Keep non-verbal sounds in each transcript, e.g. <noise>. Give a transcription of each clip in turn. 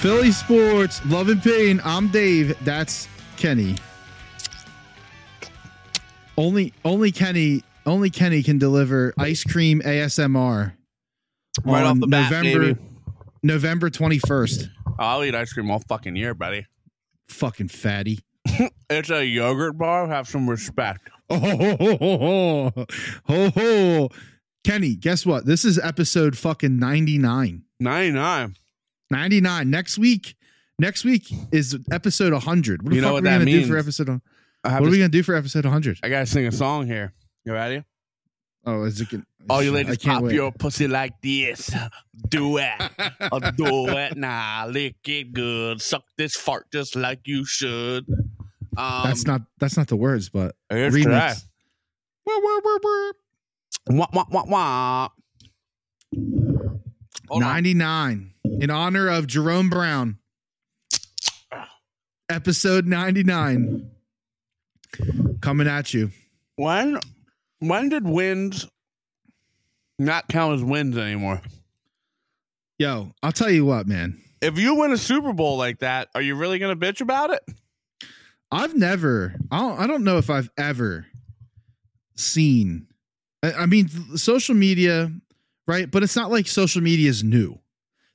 Philly sports, love and pain. I'm Dave. That's Kenny. Only, only Kenny, only Kenny can deliver ice cream ASMR. Right on off the bat, November, baby. Oh, November twenty first. I'll eat ice cream all fucking year, buddy. Fucking fatty. <laughs> It's a yogurt bar. Have some respect. Oh ho ho ho ho ho ho. Kenny, guess what? This is episode fucking ninety nine. 99. 99 next week next week is episode 100 what the You know fuck what are we that gonna do means. for episode what I, have are to- we gonna do for episode 100 I gotta sing a song here. You ready? oh is it gonna, All you I ladies can't pop wait. <laughs> your pussy like this. Do it. <laughs> I'll do it now. Lick it good. Suck this fart just like you should. Um, that's not that's not the words but here's remix. that. Wah, wah, wah, wah. Wah, wah, wah, wah. Hold on. 99 in honor of jerome brown episode 99 coming at you When when did wins not count as wins anymore? yo i'll tell you what man If you win a Super Bowl like that, are you really gonna bitch about it? I've never. I don't, I don't know if I've ever seen. I, I mean, th- social media, right? But it's not like social media is new.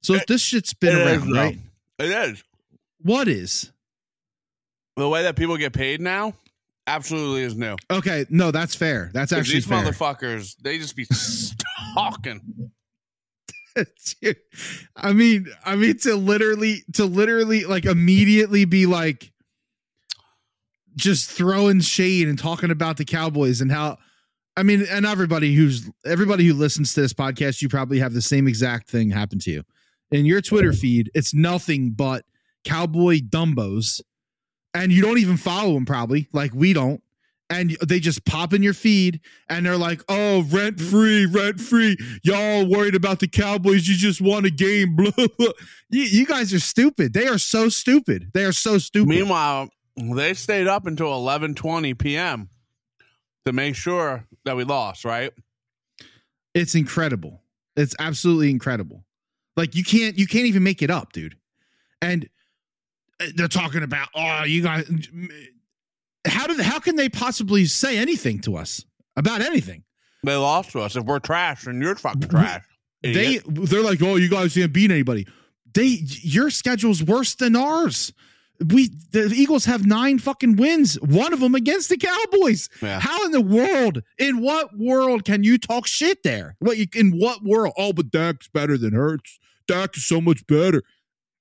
So It- this shit's been it is, around, though. right? It is. What is? The way that people get paid now absolutely is new. Okay, no, that's fair. That's Because actually these fair. motherfuckers, they just be talking. <laughs> Dude, I mean, I mean to literally, to literally, like immediately be like, just throwing shade and talking about the Cowboys and how. I mean, and everybody who's everybody who listens to this podcast, you probably have the same exact thing happen to you. In your Twitter feed, it's nothing but cowboy dumbos, and you don't even follow them probably, like we don't. And they just pop in your feed, and they're like, "Oh, rent free, rent free. Y'all worried about the Cowboys? You just won a game. <laughs> Blah, blah. You, you guys are stupid. They are so stupid. They are so stupid. Meanwhile, they stayed up until eleven twenty p.m. to make sure that we lost. Right? it's incredible. It's absolutely incredible. Like you can't you can't even make it up, dude. And uh, they're talking about oh you guys eh, how do how can they possibly say anything to us about anything? They lost to us. If we're trash, then you're fucking trash. They idiot. they're like oh you guys didn't beat anybody. They your schedule's worse than ours. We the Eagles have nine fucking wins, one of them against the Cowboys. yeah. How in the world, in what world can you talk shit there? What you, in what world? Oh, but Dak's better than Hurts. Dak is so much better.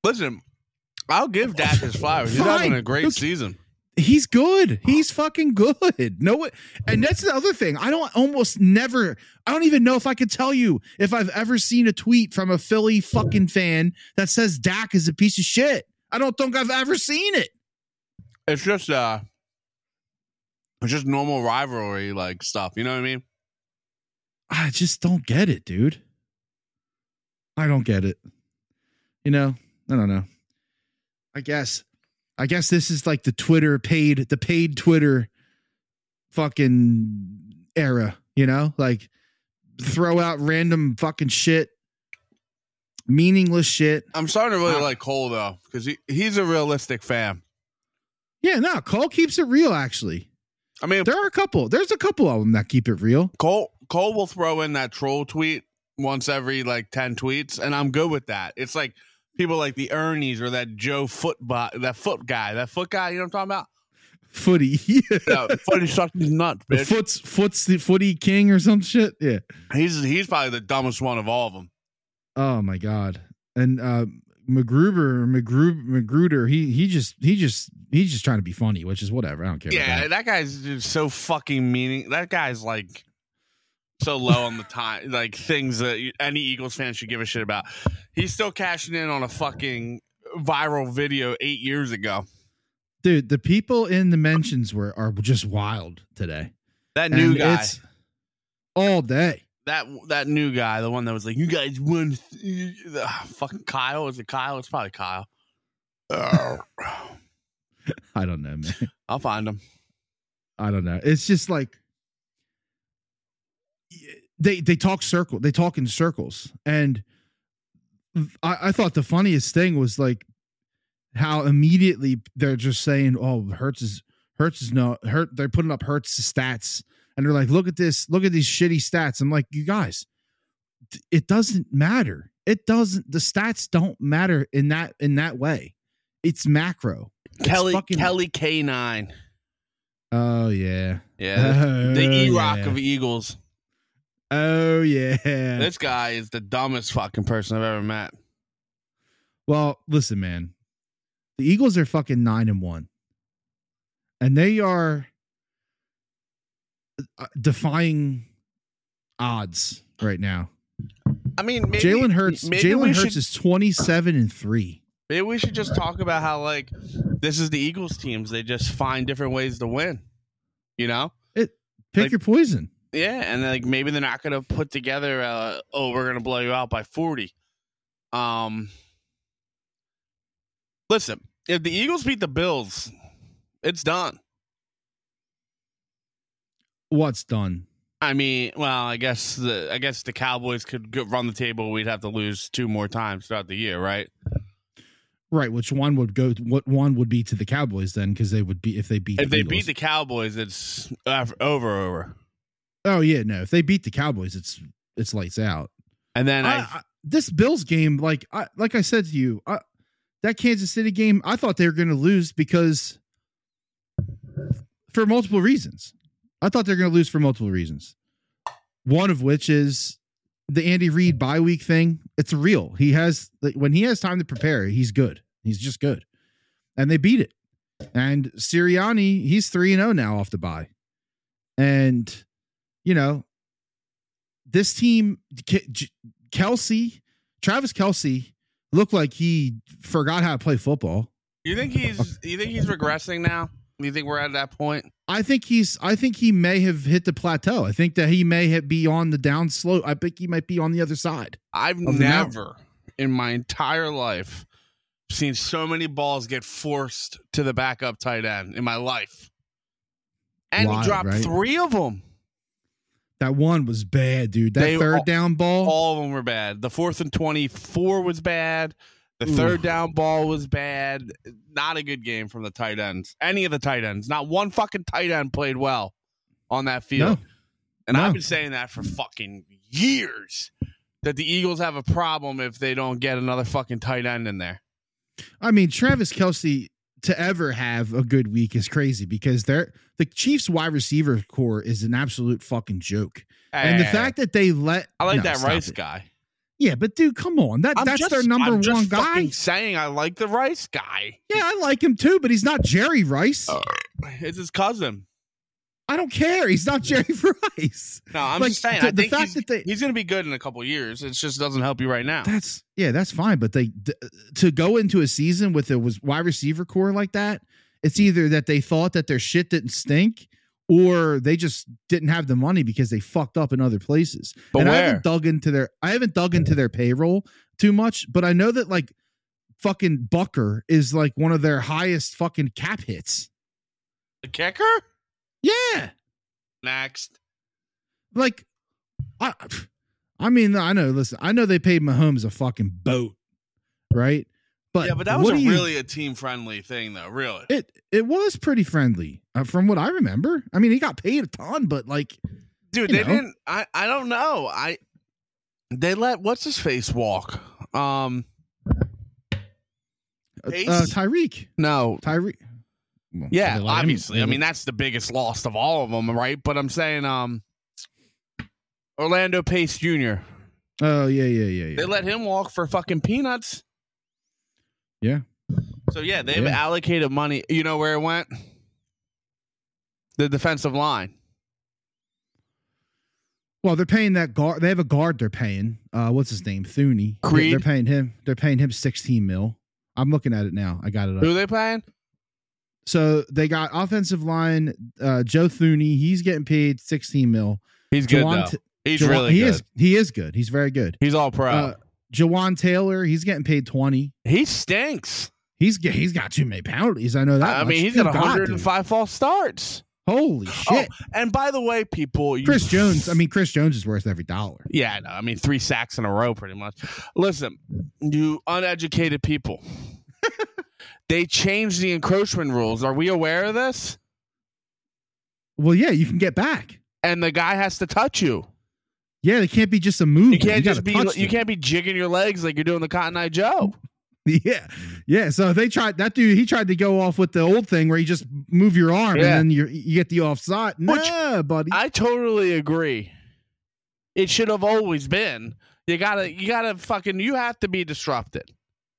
Listen, I'll give Dak his flowers. He's Fine. having a great Okay. season. He's good. He's fucking good. <laughs> No, one- and that's the other thing. I don't almost never. I don't even know if I could tell you if I've ever seen a tweet from a Philly fucking fan that says Dak is a piece of shit. I don't think I've ever seen it. It's just uh, it's just normal rivalry like stuff. You know what I mean? I just don't get it, dude. I don't get it. You know, I don't know. I guess, I guess this is like the Twitter paid, the paid Twitter fucking era, you know, like throw out random fucking shit, meaningless shit. I'm starting to really Uh, like Cole though, because he, he's a realistic fan. Yeah, no, Cole keeps it real, actually. I mean, There are a couple, there's a couple of them that keep it real. Cole Cole will throw in that troll tweet once every like ten tweets, and I'm good with that. It's like people like the Ernie's or that Joe foot bu- that foot guy, that foot guy. You know what I'm talking Footy. <laughs> about? No, footy sucked his nuts, bitch. Foots, Foots the Footy King or some shit. Yeah. He's he's probably the dumbest one of all of them. Oh my god! And uh, McGruber, McGru, Magruder, he he just he just he's just trying to be funny, which is whatever. I don't care. about Yeah, that. that guy's just so fucking meaning. That guy's like so low on the time, like things that you- any Eagles fan should give a shit about. He's still cashing in on a fucking viral video eight years ago. dude. The people in the mentions were are just wild today. That new And guy. it's all day. that that new guy, the one that was like, "You guys won." Ugh, fucking Kyle is it Kyle? It's probably Kyle. Ugh. I don't know, man. <laughs> I'll find him. I don't know. It's just like they they talk circle. They talk in circles, and I, I thought the funniest thing was like how immediately they're just saying, "Oh, Hertz is Hertz is no Hurt." They're putting up Hertz stats, and they're like, "Look at this! Look at these shitty stats." I'm like, "You guys, th- it doesn't matter. It doesn't. The stats don't matter in that in that way. It's macro." It's Kelly fucking- Kelly K nine. Oh yeah. <laughs> Yeah. oh, the E Rock yeah. of Eagles. Oh yeah. This guy is the dumbest fucking person I've ever met. Well, listen, man. The Eagles are fucking nine and one, and they are uh, defying odds right now. I mean, maybe, Jalen Hurts. Maybe Jalen we Hurts should, is twenty seven and three. Maybe we should just talk about how like this is the Eagles teams. They just find different ways to win. You know? Pick Like- your poison. Yeah, and like maybe they're not gonna put together. Uh, oh, we're gonna blow you out by forty. Um, listen, if the Eagles beat the Bills, it's done. What's done? I mean, well, I guess the I guess the Cowboys could go, run the table. We'd have to lose two more times throughout the year, right? Right, which one would go? What one would be to the Cowboys then? Because they would be if they beat. If the they Eagles. beat the Cowboys, it's uh, over, over. oh yeah, no. If they beat the Cowboys, it's it's lights out. And then I, I, I, this Bills game, like I like I said to you, I, that Kansas City game, I thought they were going to lose because for multiple reasons. I thought they were going to lose for multiple reasons. One of which is the Andy Reid bye week thing. It's real. He has like, when he has time to prepare, he's good. He's just good, and they beat it. And Sirianni, he's three and zero now off the bye, and you know this team. K- J- Kelsey, Travis Kelsey looked like he forgot how to play football. you think he's you think he's regressing now? You think we're at that point? I think he's I think he may have hit the plateau. I think that he may have be on the down slope. I think he might be on the other side. Of I've the mountain. never in my entire life seen so many balls get forced to the backup tight end in my life. And Wild, he dropped right? three of them. That one was bad, dude. That They third all- down ball. All of them were bad. The fourth and 24 was bad. The Ooh. third down ball was bad. Not a good game from the tight ends. Any of the tight ends. Not one fucking tight end played well on that field. no. And No. I've been saying that for fucking years that the Eagles have a problem if they don't get another fucking tight end in there. I mean Travis Kelsey to ever have a good week is crazy because they're the Chiefs wide receiver core is an absolute fucking joke. And the Hey. fact that they let I like No, that stop Rice it. guy. Yeah, but dude, come on. That I'm that's just- their number I'm just one guy. fucking Saying I like the Rice guy. Yeah, I like him too, but he's not Jerry Rice. Oh. It's his cousin. I don't care. He's not Jerry <laughs> Rice. No, I'm Like, just saying. the- I the think fact he's, that they- he's going to be good in a couple years. It just doesn't help you right now. That's yeah, that's fine. But they th- to go into a season with a was wide receiver core like that, it's either that they thought that their shit didn't stink, or they just didn't have the money because they fucked up in other places. But and I where? haven't dug into their I haven't dug into their payroll too much, but I know that like fucking Bucker is like one of their highest fucking cap hits. The kicker? Yeah. Next. like I I mean I know listen I know they paid Mahomes a fucking boat right but yeah, but that was what a do you- really a team friendly thing, though. Really. it it was pretty friendly uh, from what I remember I mean he got paid a ton but like Dude, you they know. didn't. I, I don't know. I They let what's his face walk? Um, uh, Pace? uh, Tyreek No. Tyreek Well, Yeah, they let him- obviously. they I mean, let- that's the biggest loss of all of them, right? But I'm saying um, Orlando Pace Jr. oh yeah yeah yeah yeah They let him walk for fucking peanuts. Yeah. So yeah, they've Yeah. allocated money. You know where it went? The defensive line. well they're paying that guard they have a guard they're paying uh what's his name Thuney They- Creed? they're paying him they're paying him 16 mil I'm looking at it now I got it up. Who are they playing? So they got offensive line uh, Joe Thuney. He's getting paid sixteen mil. He's good Jawan- though. He's Jawan- really he good. is he is good. He's very good. He's all pro. Uh, Jawan Taylor. He's getting paid twenty. he stinks. He's ge- he's got too many penalties. I know that. I much. mean, he's Good got God, 105 false starts. dude. Holy shit! And by the way, people, Oh, you <laughs> Chris Jones. I mean, Chris Jones is worth every dollar. Yeah, I know. I mean, three sacks in a row, pretty much. Listen, you uneducated people. They changed the encroachment rules. Are we aware of this? Well, yeah, you can get back. And the guy has to touch you. Yeah, it can't be just a move. You can't just be you can't. can't be jigging your legs like you're doing the Cotton Eye Joe. <laughs> Yeah, yeah. So they tried that dude. He tried to go off with the old thing where you just move your arm Yeah. and then you you get the offside. Which- Nah, buddy. I totally agree. It should have always been. You gotta you gotta fucking you have to be disrupted.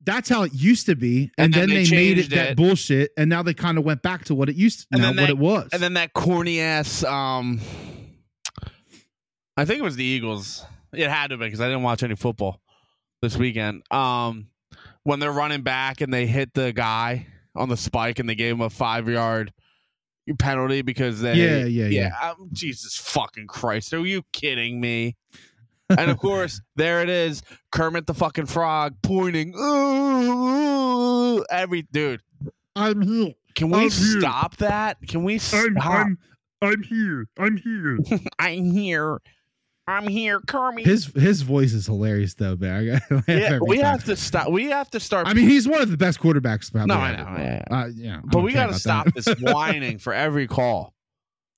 That's how it used to be, and, And then, then they, they made it, changed that it. bullshit, and now they kind of went back to what it used to, And now then what they- it was. And then that corny ass um I think it was the Eagles. It had to be because I didn't watch any football this weekend. Um when they're running back and they hit the guy on the spike and they gave him a five yard penalty because they yeah, yeah, yeah, yeah. I'm- Jesus fucking Christ. Are you kidding me? <laughs> And of course, there it is. Kermit the fucking frog pointing. Ooh, ooh, every dude. I'm here. Can we I'm here. stop that? Can we stop? I'm, I'm I'm here. I'm <laughs> here. I'm here. I'm here, Kermit. His his voice is hilarious though, man. I gotta <laughs> laugh yeah, every we time. have to stop. We have to start. I mean, he's one of the best quarterbacks. Probably <laughs> No, I ever. know, yeah, Uh, yeah, I but don't we care got to about stop that. this whining for every call.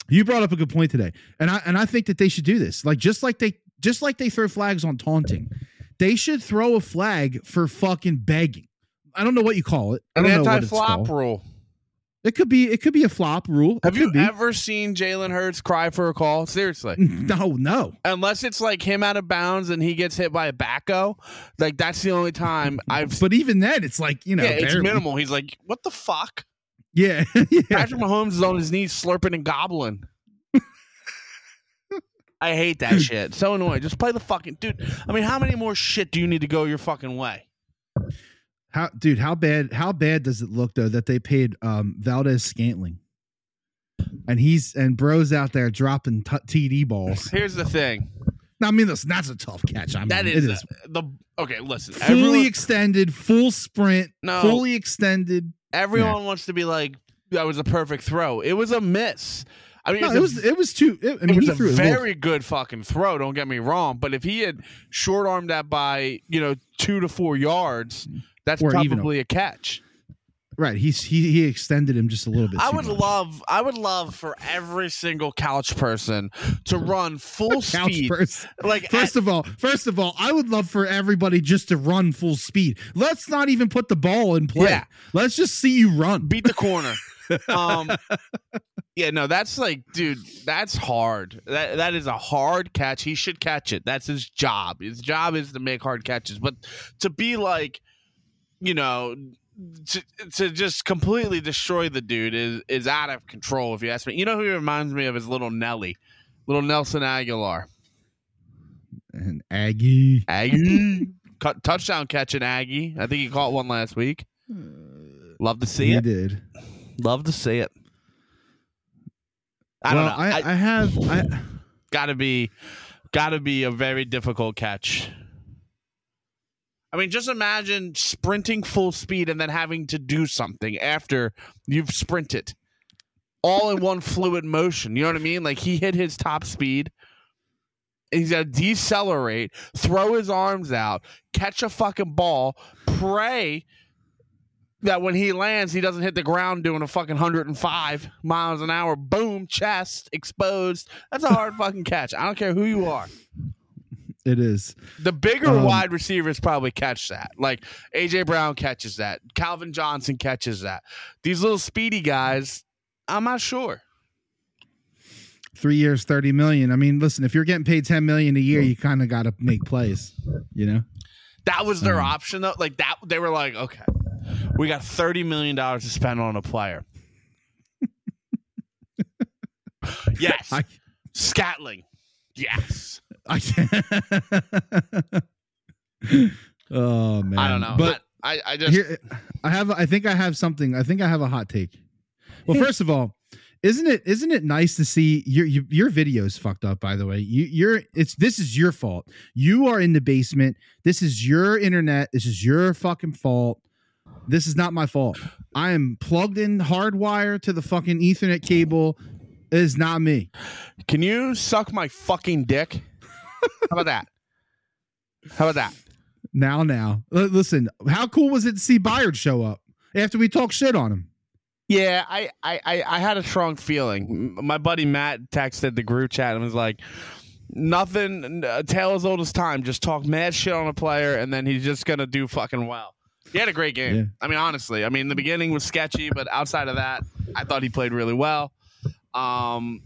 You brought up a good point today, and I and I think that they should do this. Like just like they just like they throw flags on taunting, they should throw a flag for fucking begging. I don't know what you call it. <laughs> I An don't know what anti it's flop called. rule. It could be it could be a flop rule. It Have you could be. ever seen Jalen Hurts cry for a call? Seriously. <laughs> No, no. unless it's like him out of bounds and he gets hit by a backo, like that's the <laughs> only time I've. But even then, it's like you know, yeah, it's barely. minimal. He's like, what the fuck? Yeah, <laughs> yeah. Patrick Mahomes is on his knees slurping <laughs> and gobbling. I hate that shit. So annoying. Just play the fucking dude. I mean, how many more shit do you need to go your fucking way? How, dude? How bad? How bad does it look though that they paid um, Valdez Scantling, and he's and bros out there dropping t- TD balls. <laughs> Here's the thing. I mean, that's that's a tough catch. I mean, That it is, is the okay. Listen, fully everyone, extended, full sprint, No. fully extended. everyone wants to be like that was a perfect throw. It was a miss. I mean, No, it's it a was it was too. It, I mean, it was he a threw it low. very good fucking throw. Don't get me wrong, but if he had short armed that by you know two to four yards, that's Or even probably a catch. right. He's he he extended him just a little bit. I too would much. love, I would love for every single couch person to run full couch speed. person. Like First of all, first of all, I would love for everybody just to run full speed. Let's not even put the ball in play. Yeah. Let's just see you at- run. beat <laughs> the corner. um, yeah, no, that's like, dude, that's hard. That that is a hard catch. He should catch it. That's his job. His job is to make hard catches. But to be like, you know, to to just completely destroy the dude is is out of control. If you ask me, you know who he reminds me of is little Nelly, little Nelson Aguilar, And Aggie. Aggie, Cut, touchdown catching Aggie. I think he caught one last week. Love to see he it. did. Hmm. Love to see it. I well, don't know. I, I have I gotta be gotta be a very difficult catch i mean just imagine sprinting full speed and then having to do something after you've sprinted all in one fluid motion you know what i mean like he hit his top speed he's gonna decelerate throw his arms out catch a fucking ball pray that when he lands he doesn't hit the ground doing a fucking 105 miles an hour boom chest exposed that's a hard fucking catch i don't care who you are it is. the bigger Um, wide receivers probably catch that. Like AJ Brown catches that. Calvin Johnson catches that. These little speedy guys, I'm not sure. Three years, thirty million. I mean, listen, if you're getting paid ten million a year, you kinda gotta make plays. You know? That was their Um, option though. Like that they were like, okay, we got thirty million dollars to spend on <laughs> a player. yes. I Scatling. Yes. I <laughs> Oh man. I don't know. But I, I, I just Here, I have. I think I have something. I think I have a hot take. Well, first of all, isn't it isn't it nice to see your your, your videos fucked up? By the way, you, you're it's this is your fault. You are in the basement. This is your internet. This is your fucking fault. This is not my fault. I am plugged in hardwire to the fucking Ethernet cable. It is not me. Can you suck my fucking dick? How about that? How about that? Now, now, L- listen. How cool was it to see Byard show up? after we talk shit on him. Yeah, I, I, I, I had a strong feeling. M- My buddy Matt texted the group chat and was like, nothing, n- uh, tale as old as time. Just talk mad shit on a player, and then he's just going to do fucking well. He had a great game. Yeah. I mean, honestly, I mean, the beginning was sketchy, but outside of that, I thought he played really well. Um,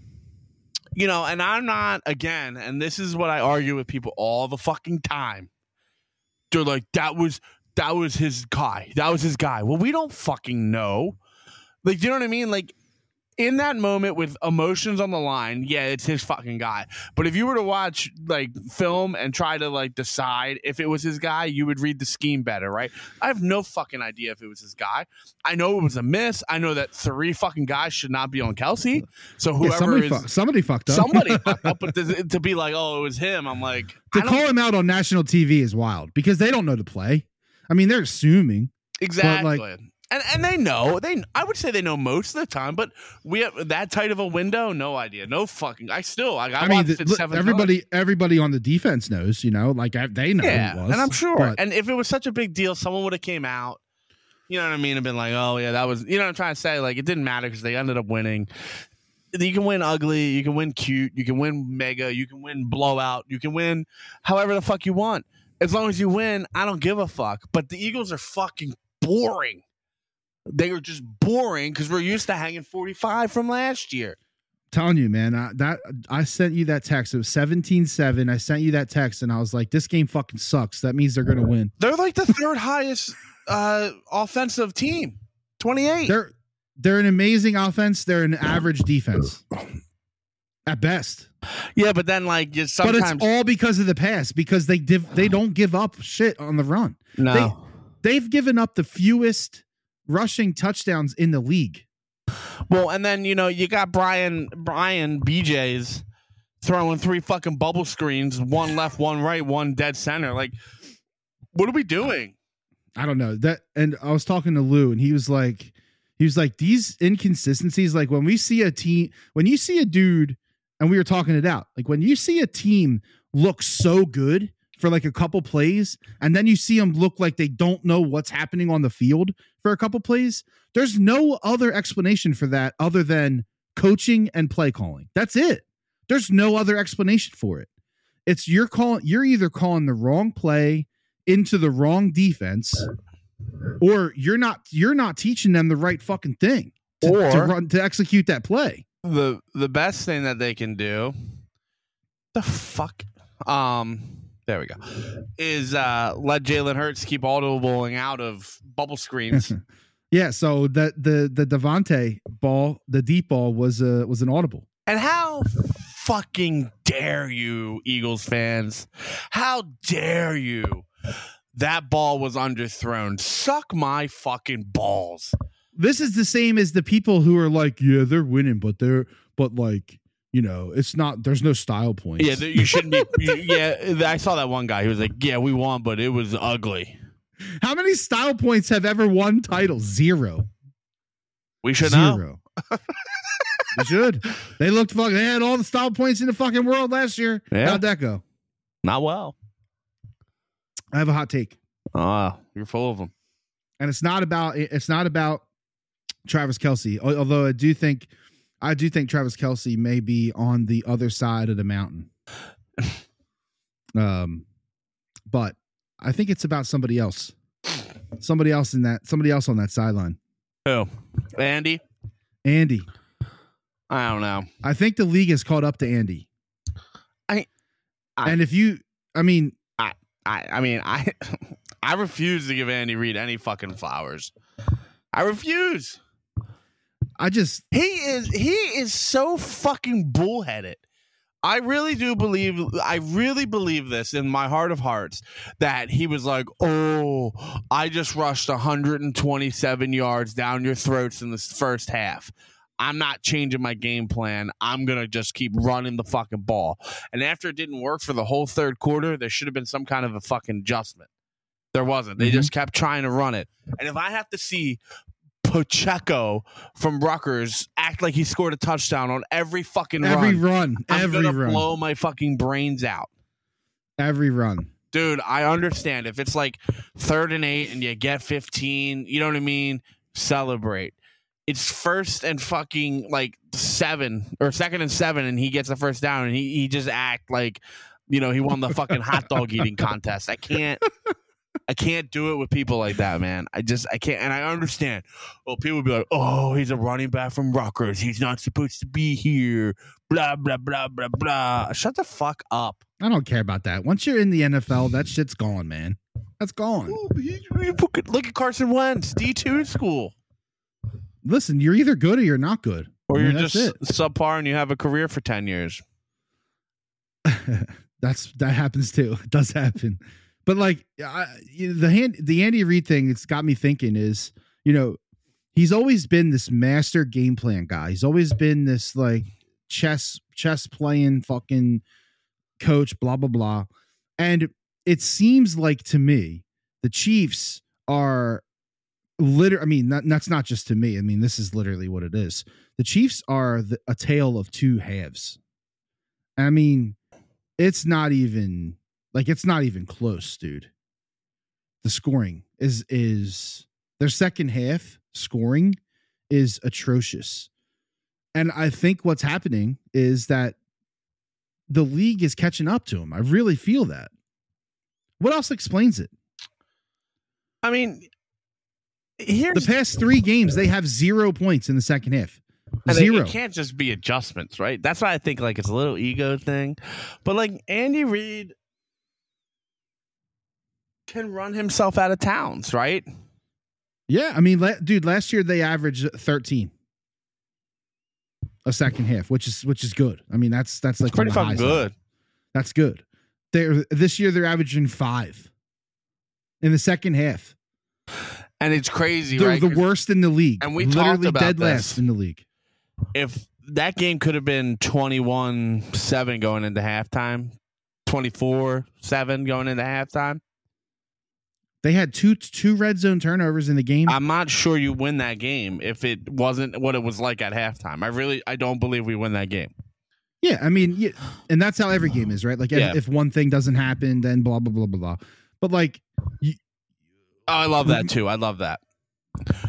you know, and I'm not, again, and this is what I argue with people all the fucking time. They're like, that was. That was his guy. That was his guy. Well, we don't fucking know. Like, do you know what I mean? Like, in that moment with emotions on the line, yeah, it's his fucking guy. But if you were to watch like film and try to like decide if it was his guy, you would read the scheme better, right? I have no fucking idea if it was his guy. I know it was a miss. I know that three fucking guys should not be on Kelsey. So Yeah, whoever somebody, is fuck- somebody fucked up. <laughs> somebody fucked up, but to, to be like, oh, it was him. I'm like, to I don't call him out on national TV is wild because they don't know the play. I mean, they're assuming. Exactly. and and they know they I would say they know most of the time, but we have that tight of a window, no idea, no fucking. I still I, I, I, mean, watched the- it look, seven times. everybody, everybody on the defense knows. You know, like I, they know. who yeah, it was, and I'm sure. but- and if it was such a big deal, someone would have came out. You know what I mean? And been like, oh yeah, that was. You know what I'm trying to say? Like it didn't matter because they ended up winning. You can win ugly, you can win cute, you can win mega, you can win blowout, you can win however the fuck you want. As long as you win, I don't give a fuck. But the Eagles are fucking boring. They are just boring because we're used to hanging 45 from last year. telling you, man, I, that I sent you that text. It was 17-7. I sent you that text, and I was like, "This game fucking sucks." That means they're gonna win. They're like the third <laughs> highest uh, offensive team, 28. They're they're an amazing offense. They're an average defense, at best. yeah, but then like you But sometimes it's all because of the pass because they div- they don't give up shit on the run. no. They've given up the fewest rushing touchdowns in the league. Well, and then you know you got Brian Brian BJ's throwing three fucking bubble screens, one left, one right, one dead center. Like, what are we doing? I don't know that. And I was talking to Lou, and he was like, he was like, these inconsistencies. Like when we see a team, when you see a dude, and we were talking it out. Like when you see a team look so good for like a couple plays, and then you see them look like they don't know what's happening on the field for a couple plays. There's no other explanation for that other than coaching and play calling. That's it. There's no other explanation for it. It's you're calling. You're either calling the wrong play into the wrong defense or you're not you're not teaching them the right fucking thing to, Or- to run to execute that play. the The best thing that they can do, the fuck, um, there we go, is uh let Jalen Hurts keep auto bowling out of bubble screens. Yeah, so the the the Devonte ball, the deep ball was uh was an audible. And how fucking dare you, Eagles fans? How dare you? That ball was underthrown. Suck my fucking balls. This is the same as the people who are like, yeah, they're winning, but they're but like, you know, it's not there's no style points. Yeah, th- you shouldn't <laughs> be. you- yeah, I saw that one guy. He was like, "Yeah, we won, but it was ugly. How many style points have ever won titles? Zero. We should not." <laughs> Zero. they should. They looked fucking they had all the style points in the fucking world last year. Yeah. How'd that go? Not well. I have a hot take. Ah, you're full of them. and it's not about it's not about Travis Kelsey. Although I do think I do think Travis Kelsey may be on the other side of the mountain. Um, but I think it's about somebody else, somebody else in that somebody else on that sideline. Who? Andy? Andy, I don't know. I think the league has caught up to Andy. I- I- and if you, I mean, I, I mean, I, <laughs> I refuse to give Andy Reid any fucking flowers. I refuse. I just He is he is so fucking bullheaded. I really do believe I really believe this in my heart of hearts that he was like, "Oh, I just rushed 127 yards down your throats in this first half. I'm not changing my game plan. I'm going to just keep running the fucking ball." And after it didn't work for the whole third quarter, there should have been some kind of a fucking adjustment. There wasn't. They Mhm. just kept trying to run it. And if I have to see Pacheco from Rutgers act like he scored a touchdown on every fucking every run, run. I'm every gonna run, blow my fucking brains out. every run. Dude, I understand if it's like third and eight and you get 15, you know what I mean? celebrate. It's first and fucking like seven or second and seven, and he gets the first down, and he, he just act like, you know, he won the fucking hot dog eating contest. I can't, I can't do it with people like that, man. I just I can't, and I understand. Well, people be like, oh, he's a running back from Rutgers. He's not supposed to be here. Blah blah blah blah blah. Shut the fuck up. I don't care about that. Once you're in the NFL, that shit's gone, man. That's gone. Ooh, he- he- Look at Carson Wentz, D two in school. Listen, you're either good or you're not good. Or I mean, you're that's just subpar and you have a career for 10 years. it. <laughs> that's that happens too. It does happen. But like I, you know, the hand, the Andy Reid thing, it's got me thinking. Is you know, he's always been this master game plan guy. He's always been this like chess chess playing fucking coach. Blah blah blah. And it seems like to me the Chiefs are literally. I mean, not, that's not just to me. I mean, this is literally what it is. The Chiefs are the, a tale of two halves. I mean, it's not even like it's not even close, dude. The scoring is is their second half scoring is atrocious. And I think what's happening is that the league is catching up to them. I really feel that. What else explains it? I mean, here's The past three games, they have zero points in the second half. and it- Zero. It can't just be adjustments, right? That's why I think like it's a little ego thing. But like Andy Reid can run himself out of towns, right? Yeah, I mean, la- dude, last year they averaged 13 a second half, which is which is good. I mean, that's that's like It's pretty on the high fucking side. good. That's good. They're this year they're averaging five in the second half. And it's crazy, They're right? the worst in the league, And we literally talked about dead this. last in the league. if that game could have been 21-7 going into halftime, 24-7 going into halftime, They had two two red zone turnovers in the game. I'm not sure you win that game if it wasn't what it was like at halftime. I really, I don't believe we win that game. Yeah, I mean, yeah, and that's how every game is, right? Like, if- Yeah. if, one thing doesn't happen, then blah blah blah blah blah. But like, Oh, I love that too. I love that.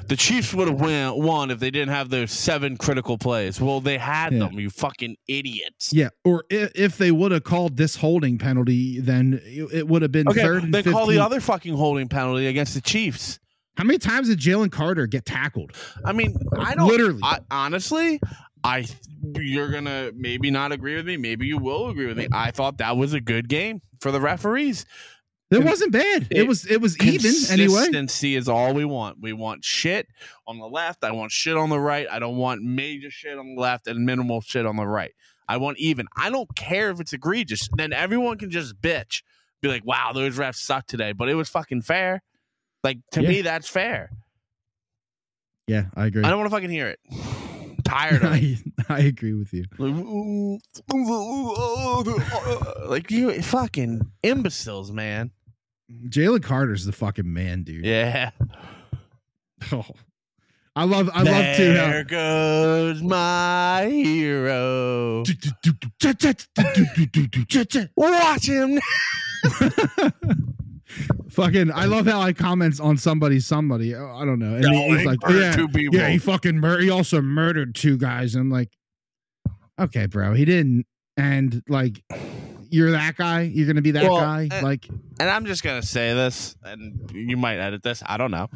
The Chiefs would have win, won if they didn't have those seven critical plays. Well, they had Yeah. them. You fucking idiots. yeah, or if, if they would have called this holding penalty, then it, it would have been Okay, third and then call 15. the other fucking holding penalty against the Chiefs. How many times did Jalen Carter get tackled? I mean, I don't Literally. I, honestly, I you're gonna maybe not agree with me. Maybe you will agree with me. I thought that was a good game for the referees. It Con- wasn't bad. It, it- was it was even anyway. Consistency is all we want. We want shit on the left. I want shit on the right. I don't want major shit on the left and minimal shit on the right. I want even. I don't care if it's egregious. Then everyone can just bitch, be like, "Wow, those refs suck today," but it was fucking fair. Like to Yeah. me, that's fair. Yeah, I agree. I don't want to fucking hear it. I'm tired of it. <laughs> I, I agree with you. like you fucking imbeciles, man. Jalen Carter's the fucking man, dude. Yeah. <laughs> Oh. I love I love to how- There goes my hero. uh, <laughs> Watch him. fucking I love how I comments on somebody somebody oh, I don't know and he- he's like yeah two people. yeah he fucking mur- he also murdered two guys and I'm like okay bro he didn't and like you're that guy you're gonna be that Well, guy uh, like and I'm just gonna say this, and you might edit this. I don't know.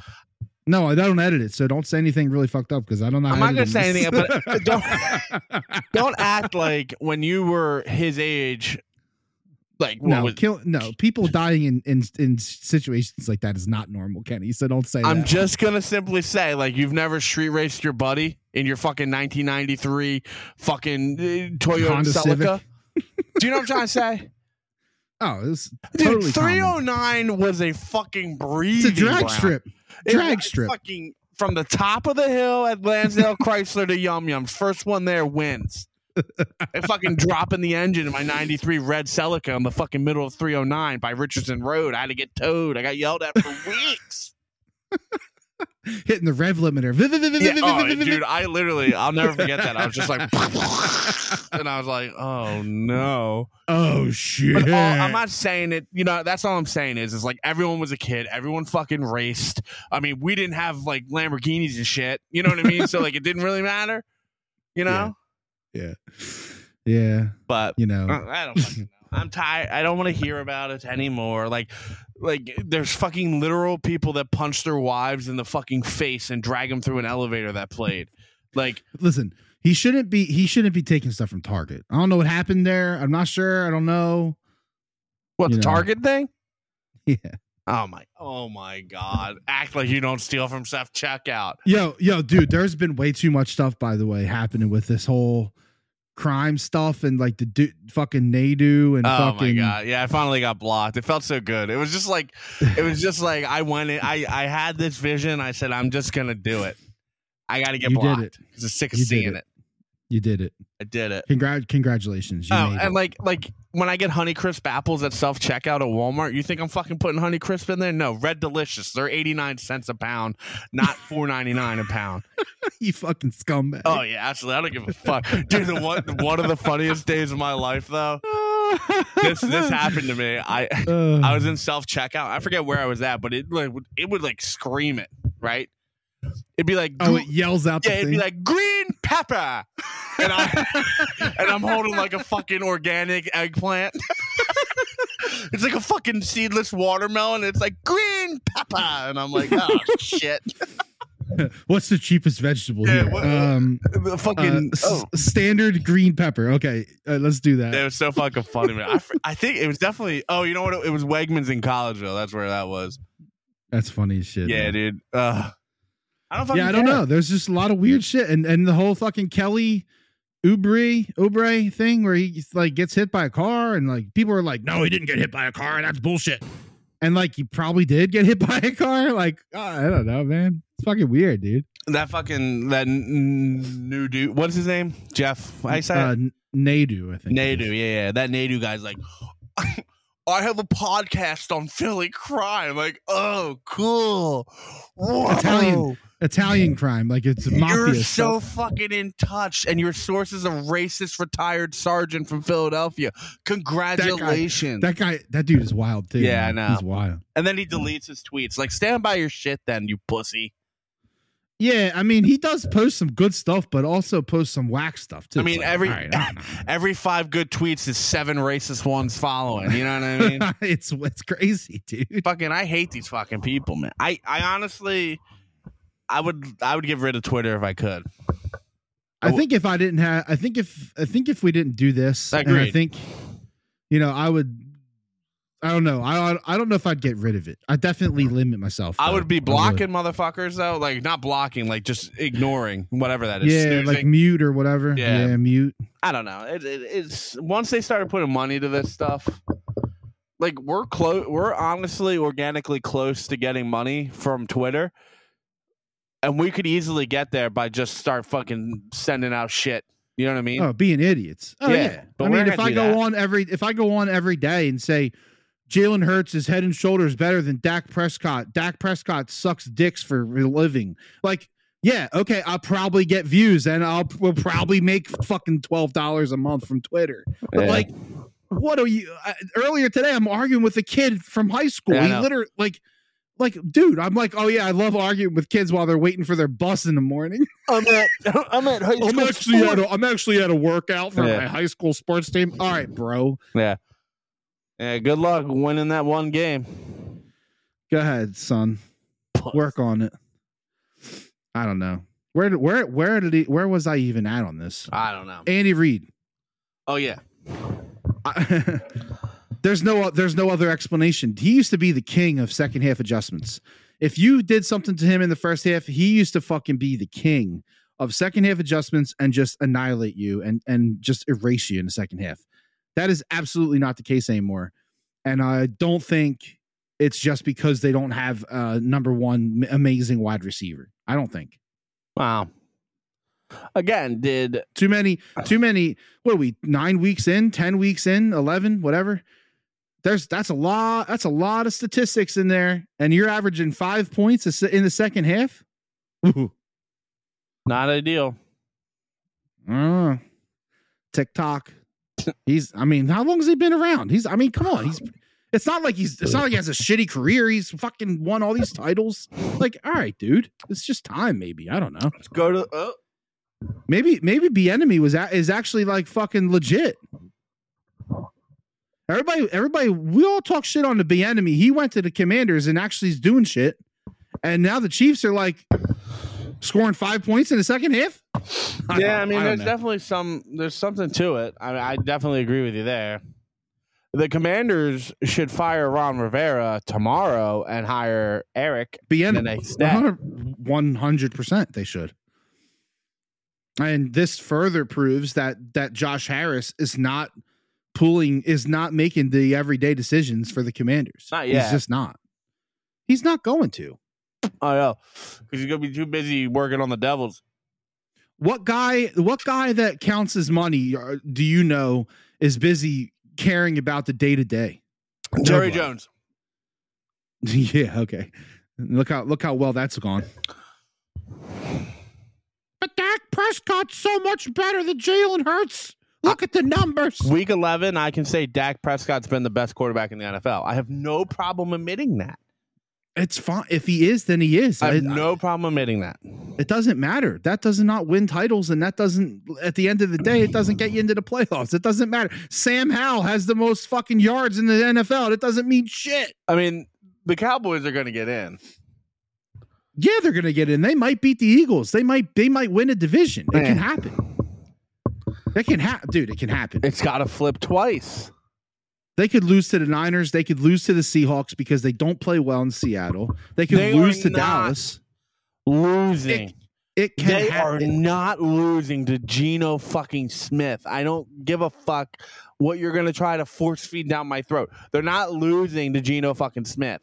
no I don't edit it so don't say anything really fucked up because I don't know I'm how not gonna say editing anything, this. but <laughs> Don't act like when you were his age, like what no was. kill no people dying in, in in situations like that is not normal Kenny so don't say I'm that. just gonna simply say, like, you've never street raced your buddy in your fucking 1993 fucking uh, Toyota Honda Celica. Do you know what I'm trying <laughs> to say? oh it's Dude, E totally common. 309 was a fucking breeze. it's a drag strip drag strip. Fucking from the top of the hill at Lansdale Chrysler to Yum Yums. First one there wins. I fucking dropping the engine in my 93 red Celica in the fucking middle of <laughs> 309 by Richardson Road. I had to get towed. I got yelled at for weeks. hitting the rev limiter. Yeah, oh, dude, I literally, I'll never forget that. I was just like, <laughs> and I was like, oh no. Oh shit! But uh, all, I'm not saying it. You know, that's all I'm saying is, is like everyone was a kid. Everyone fucking raced. I mean, we didn't have like Lamborghinis and shit. You know what I mean? so like, it didn't really matter. You know. yeah, yeah. But You know, uh, I don't fucking know. I'm tired. I don't want to hear about it anymore. Like, like there's fucking literal people that punch their wives in the fucking face and drag them through an elevator that played. Like, listen, he shouldn't be. He shouldn't be taking stuff from Target. I don't know what happened there. I'm not sure. I don't know. what You the know. Target thing? Yeah. Oh my, oh my God! Act like you don't steal from self checkout. Yo, yo, dude, there's been way too much stuff, by the way, happening with this whole crime stuff and like the du- fucking Nadu and Oh my fucking. god! Yeah, I finally got blocked. It felt so good. It was just like, it was just like I went. In, I I had this vision. I said, I'm just gonna do it. I got to get You did blocked it. because I'm sick of You did seeing it. it. You did it. I did it. Congrat, congratulations. You Oh, made and it. like like when I get Honey Crisp apples at self checkout at Walmart, you think I'm fucking putting Honey Crisp in there? No, Red Delicious. They're 89 cents a pound, not <laughs> 4.99 a pound. <laughs> you fucking scumbag. Oh yeah, absolutely. I don't give a fuck, dude. The one one of the funniest days of my life <laughs> though. This this happened to me. I I was in self checkout. I forget where I was at, but it like would- it would like scream it right. It'd be like Oh, gr- it yells out. yeah, the it'd thing. be like green pepper, and <laughs> I and I'm holding like a fucking organic eggplant. <laughs> it's like a fucking seedless watermelon. It's like green pepper, and I'm like, <laughs> oh shit, <laughs> What's the cheapest vegetable Yeah, here? what- um, the uh, fucking. s- oh. standard green pepper. Okay, uh, let's do that. It was so fucking funny, man. I, fr- I think it was definitely. Oh, you know what? It, was Wegmans in Collegeville. That's where that was. That's funny as shit. Yeah, man. dude. Uh, I don't. Fucking yeah, I don't care. know. There's just a lot of weird shit, and and the whole fucking Kelly Oubre Oubre thing where he like gets hit by a car, and like people are like, no, he didn't get hit by a car. That's bullshit. And like he probably did get hit <laughs> by a car. Like uh, I don't know, man. It's fucking weird, dude. That fucking that n- new dude. What's his name? Jeff. How you say it? uh, N- Nadu, I think. Nadu, yeah, yeah. That Nadu guy's like, <laughs> I have a podcast on Philly crime. Like, oh, cool. Whoa. Italian Italian crime. Like it's mafia. You're so stuff. fucking in touch, and your source is a racist retired sergeant from Philadelphia. Congratulations. That guy, that dude is wild too. Yeah, man. I know. He's wild. and then he deletes his tweets. Like, stand by your shit then, you pussy. Yeah, I mean, he does post some good stuff, but also post some whack stuff too. <laughs> I mean, It's every- all right, I don't know. Every five good tweets is seven racist ones following. You know what I mean? <laughs> it's it's crazy, dude. fucking I hate these fucking people, man. I, I honestly I would I would get rid of Twitter if I could. I Oh. think if I didn't have, I think if I think if we didn't do this, and I Agreed. think, you know, I would. I don't know. I I don't know if I'd get rid of it. I definitely limit myself. I though. would be would. blocking motherfuckers though, like not blocking, like just ignoring whatever that is. yeah, snoozing. like mute or whatever. Yeah, Yeah. mute. I don't know. It, it, it's once they started putting money to this stuff, like we're close. We're honestly organically close to getting money from Twitter, and we could easily get there by just start fucking sending out shit. You know what I mean? Oh, being idiots. Oh yeah. Yeah, but I we're mean, not if gonna I do go that. on every if I go on every day and say Jalen Hurts is head and shoulders better than Dak Prescott. Dak Prescott sucks dicks for a living. Like, yeah, okay, I'll probably get views and I'll will probably make fucking twelve dollars a month from Twitter. But Yeah. like, what are you? I, earlier today, I'm arguing with a kid from high school. Yeah, I he know. literally like, like, dude, I'm like, oh yeah, I love arguing with kids while they're waiting for their bus in the morning. I'm at <laughs> I'm at high I'm actually at a, I'm actually at a workout for Yeah. my high school sports team. All right, bro. Yeah, good luck winning that one game. Go ahead, son. Work on it. I don't know. Where did- where where did he, where was I even at on this? I don't know. Andy Reid. Oh yeah, I- <laughs> there's no there's no other explanation. He used to be the king of second half adjustments. If you did something to him in the first half, he used to fucking be the king of second half adjustments and just annihilate you and and just erase you in the second half. That is absolutely not the case anymore. And I don't think it's just because they don't have a number one m- amazing wide receiver. I don't think wow. Again, did too many too many what are we nine weeks in ten weeks in 11 whatever there's that's a lot that's a lot of statistics in there, and you're averaging five points a se- in the second half. Ooh. Not ideal. Uh, TikTok. He's I mean, how long has he been around? He's I mean, come on. He's it's not like he's it's not like he has a shitty career. He's fucking won all these titles. Like, all right, dude. It's just time, maybe. I don't know. Let's go to. Oh, <laughs> Maybe maybe B enemy was a, is actually like fucking legit. Everybody everybody we all talk shit on the B enemy. He went to the commanders and actually is doing shit. And now the Chiefs are like scoring five points in the second half. I yeah, I don't- mean, don't there's know. definitely some. There's something to it. I mean, I definitely agree with you there. The Commanders should fire Ron Rivera tomorrow and hire Eric B the enemy. next day. 100 percent they should and this further proves that that josh harris is not pulling is not making the everyday decisions for the commanders Not he's yet. just not he's not going to Oh no, because he's gonna be too busy working on the Devils. what guy what guy that counts his money uh, do you know is busy caring about the day-to-day Jerry Blow. Jones. <laughs> yeah okay look how look how well that's gone but Dak Prescott's so much better than Jalen Hurts. Look at the numbers. Week 11, I can say Dak Prescott's been the best quarterback in the NFL. I have no problem admitting that. It's fine. If he is, then he is. I have It- no problem admitting that. it doesn't matter. That does not win titles, and that doesn't. At the end of the day, it doesn't get you into the playoffs. It doesn't matter. Sam Howell has the most fucking yards in the NFL. It doesn't mean shit. I mean, the Cowboys are going to get in. Yeah, they're gonna get in. They might beat the Eagles. They might. They might win a division. It Man. can happen. It can happen, dude. It can happen. It's got to flip twice. They could lose to the Niners. They could lose to the Seahawks because they don't play well in Seattle. They could They lose to are not- Dallas. Losing. It It can they happen. are not losing to Geno fucking Smith. I don't give a fuck what you're going to try to force feed down my throat. They're not losing to Geno fucking Smith.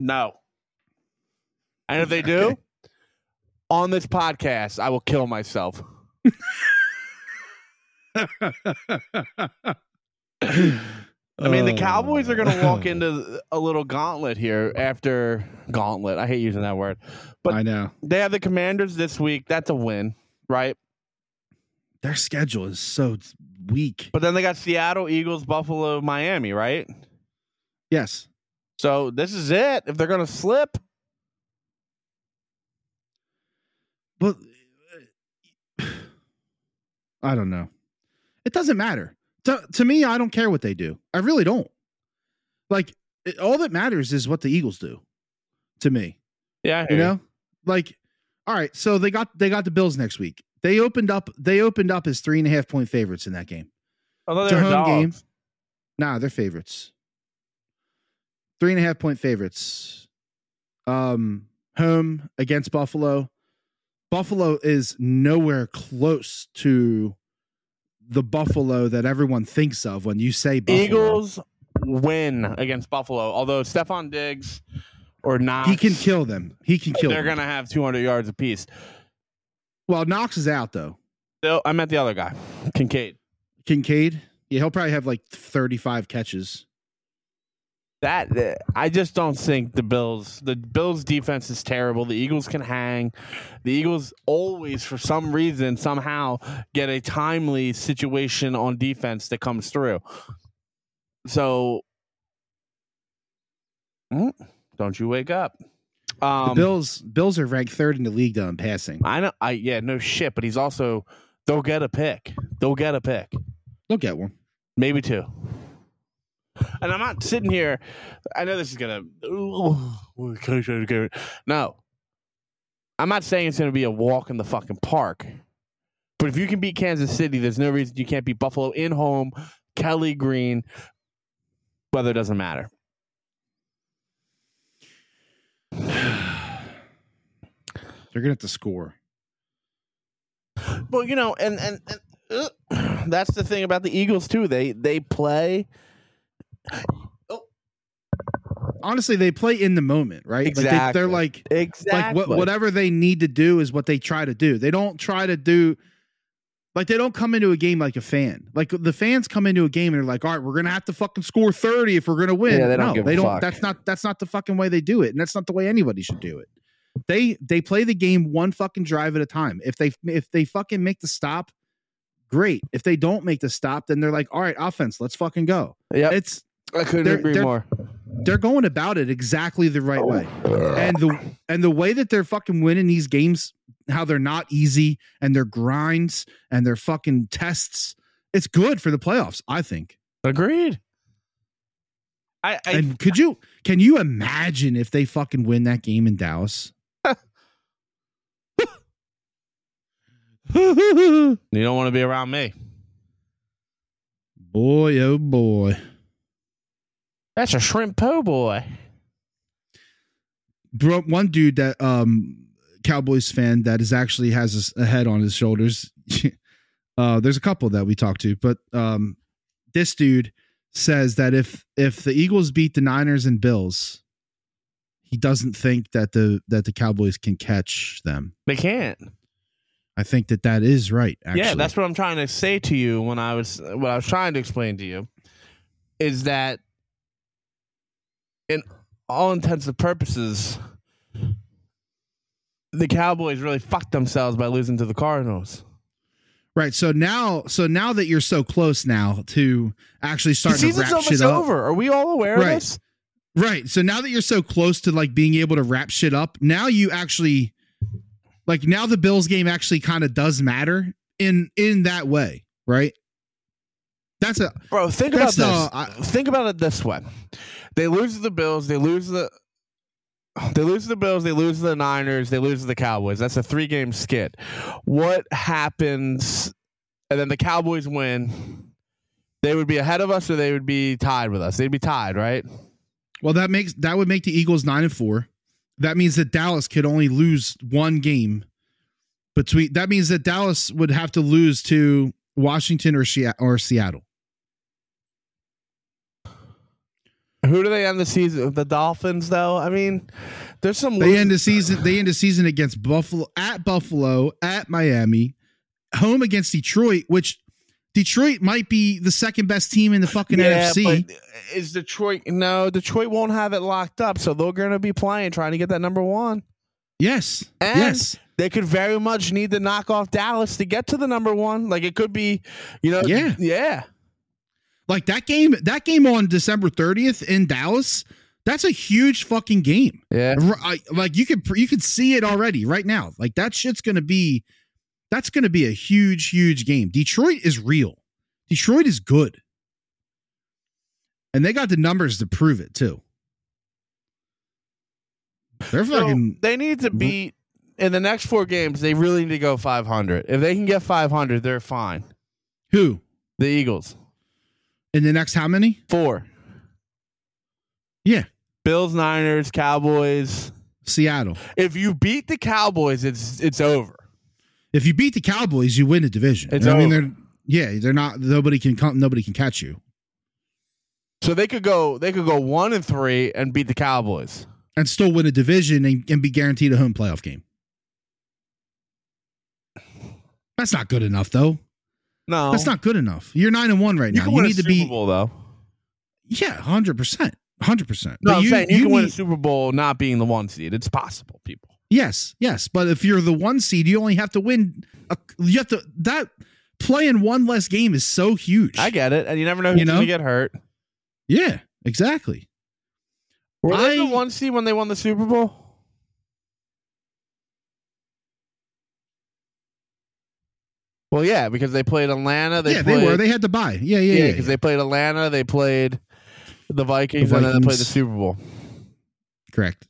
No. And <laughs> if they do, on this podcast, I will kill myself. <laughs> I mean, the Oh. Cowboys are going to walk into a little gauntlet here after gauntlet. I hate using that word. but- I know They have the Commanders this week. That's a win, right? their schedule is so weak. But then they got Seattle, Eagles, Buffalo, Miami, right? Yes, So this is it. If they're going to slip, but <sighs> I don't know. It doesn't matter to to me. I don't care what they do. I really don't. Like it, all that matters is what the Eagles do. To me, yeah, you know like all right so they got they got the bills next week they opened up they opened up as three and a half point favorites in that game although it's a they're home dogs. game. nah they're favorites three and a half point favorites um home against buffalo buffalo is nowhere close to the buffalo that everyone thinks of when you say buffalo Eagles win against Buffalo. Although Stefan Diggs or not, he can kill them he can kill They're them going to have 200 yards apiece. well knox is out though So I met the other guy, Kincaid. Kincaid. Yeah, he'll probably have like 35 catches. That I just don't think the Bills. The Bills defense is terrible. The Eagles can hang. The Eagles always, for some reason, somehow get a timely situation on defense that comes through. So, Mm, don't you wake up? The Um, Bills Bills are ranked third in the league though in passing. I know. I yeah, no shit. But he's also they'll get a pick. They'll get a pick. They'll get one. Maybe two. And I'm not sitting here. I know this is gonna. No, I'm not saying it's gonna be a walk in the fucking park. But if you can beat Kansas City, there's no reason you can't beat Buffalo in home. Kelly Green. Weather doesn't matter. They're gonna have to score. But you know, and and, and uh, that's the thing about the Eagles too. They they play Honestly, they play in the moment, right? Like they, Exactly. they're like exactly like what, whatever they need to do is what they try to do. They don't try to do Like they don't come into a game like a fan. Like the fans come into a game and they're like, "All right, we're gonna have to fucking score thirty if we're gonna win." Yeah, they don't no, give a they don't. fuck. That's not that's not the fucking way they do it, and that's not the way anybody should do it. They they play the game one fucking drive at a time. If they if they fucking make the stop, great. If they don't make the stop, then they're like, "All right, offense, let's fucking go." Yep, It's I couldn't they're- agree they're- more. they're going about it exactly the Oh, right way and the and the way that they're fucking winning these games, how they're not easy and their grinds and their fucking tests, it's good for the playoffs, I think. Agreed. I, I and could you can you imagine if they fucking win that game in Dallas? <laughs> you don't want to be around me. Boy, oh boy. That's a shrimp po' boy. Bro, one dude that um Cowboys fan that is actually has his- a head on his shoulders. <laughs> uh there's a couple that we talked to, but um this dude says that if if the Eagles beat the Niners and Bills, he doesn't think that the that the Cowboys can catch them. They can't. I think that that is right actually. Yeah, that's what I'm trying to say to you when I was what I was trying to explain to you is that in all intents and purposes the Cowboys really fucked themselves by losing to the Cardinals. right. So now so now that you're so close now to actually The starting to season's wrap shit almost up. over. Are we all aware Right. of this? Right. So now that you're so close to like being able to wrap shit up, now you actually like now the Bills game actually kind of does matter in in that way, right? That's a Bro, think that's the about this. I, think about it this way: they lose to the Bills, they lose the, they lose to the Bills, they lose to the Niners, they lose to the Cowboys. That's a three-game skid. What happens? And then the Cowboys win. They would be ahead of us, or they would be tied with us. They'd be tied, right? well that makes that would make the Eagles 9 and 4. That means that Dallas could only lose one game between that means that Dallas would have to lose to Washington or Shea- or Seattle. Who do they end the season? The Dolphins, though. I mean, there's some. They losing- end the season. They end the season against Buffalo at Buffalo at Miami, home against Detroit, which Detroit might be the second best team in the fucking NFC. but is Detroit? No, Detroit won't have it locked up, so they're going to be playing, trying to get that number one. yes, And yes, they could very much need to knock off Dallas to get to the number one. Like it could be, you know, Yeah. yeah. like that game. That game on December thirtieth in Dallas. That's a huge fucking game. Yeah. R- I- Like you could you could see it already right now. Like that shit's gonna be, that's gonna be a huge huge game. Detroit is real. Detroit is good, and they got the numbers to prove it too. They're So fucking they need to beat in the next four games. They really need to go five hundred. If they can get five hundred, they're fine. who The Eagles in the next how many? four. Yeah. Bills, Niners, Cowboys. Seattle. If you beat the Cowboys, it's it's over. If you beat the Cowboys, you win the division. It's I mean, over. they're yeah, they're not. Nobody can come. Nobody can catch you. So they could go they could go one and three and beat the Cowboys. and still win a division and, and be guaranteed a home playoff game. That's not good enough, though. No, That's not good enough. You're nine and one right You now. can You win need to a Super be Bowl though. yeah, hundred percent, hundred percent. No, I'm saying you, can win a need- Super Bowl not being the one seed. It's possible, people. Yes, yes, but if you're the one seed, you only have to win. A, you have to that playing one less game is so huge. I get it, and you never know who's You know? going to get hurt. yeah, exactly. Were they the I- one seed when they won the Super Bowl? Well, yeah, because they played Atlanta. They yeah, played, they were. They had to buy. Yeah, yeah, yeah, yeah. because they played Atlanta. They played the Vikings, The and then they played the Vikings. Super Bowl. Correct.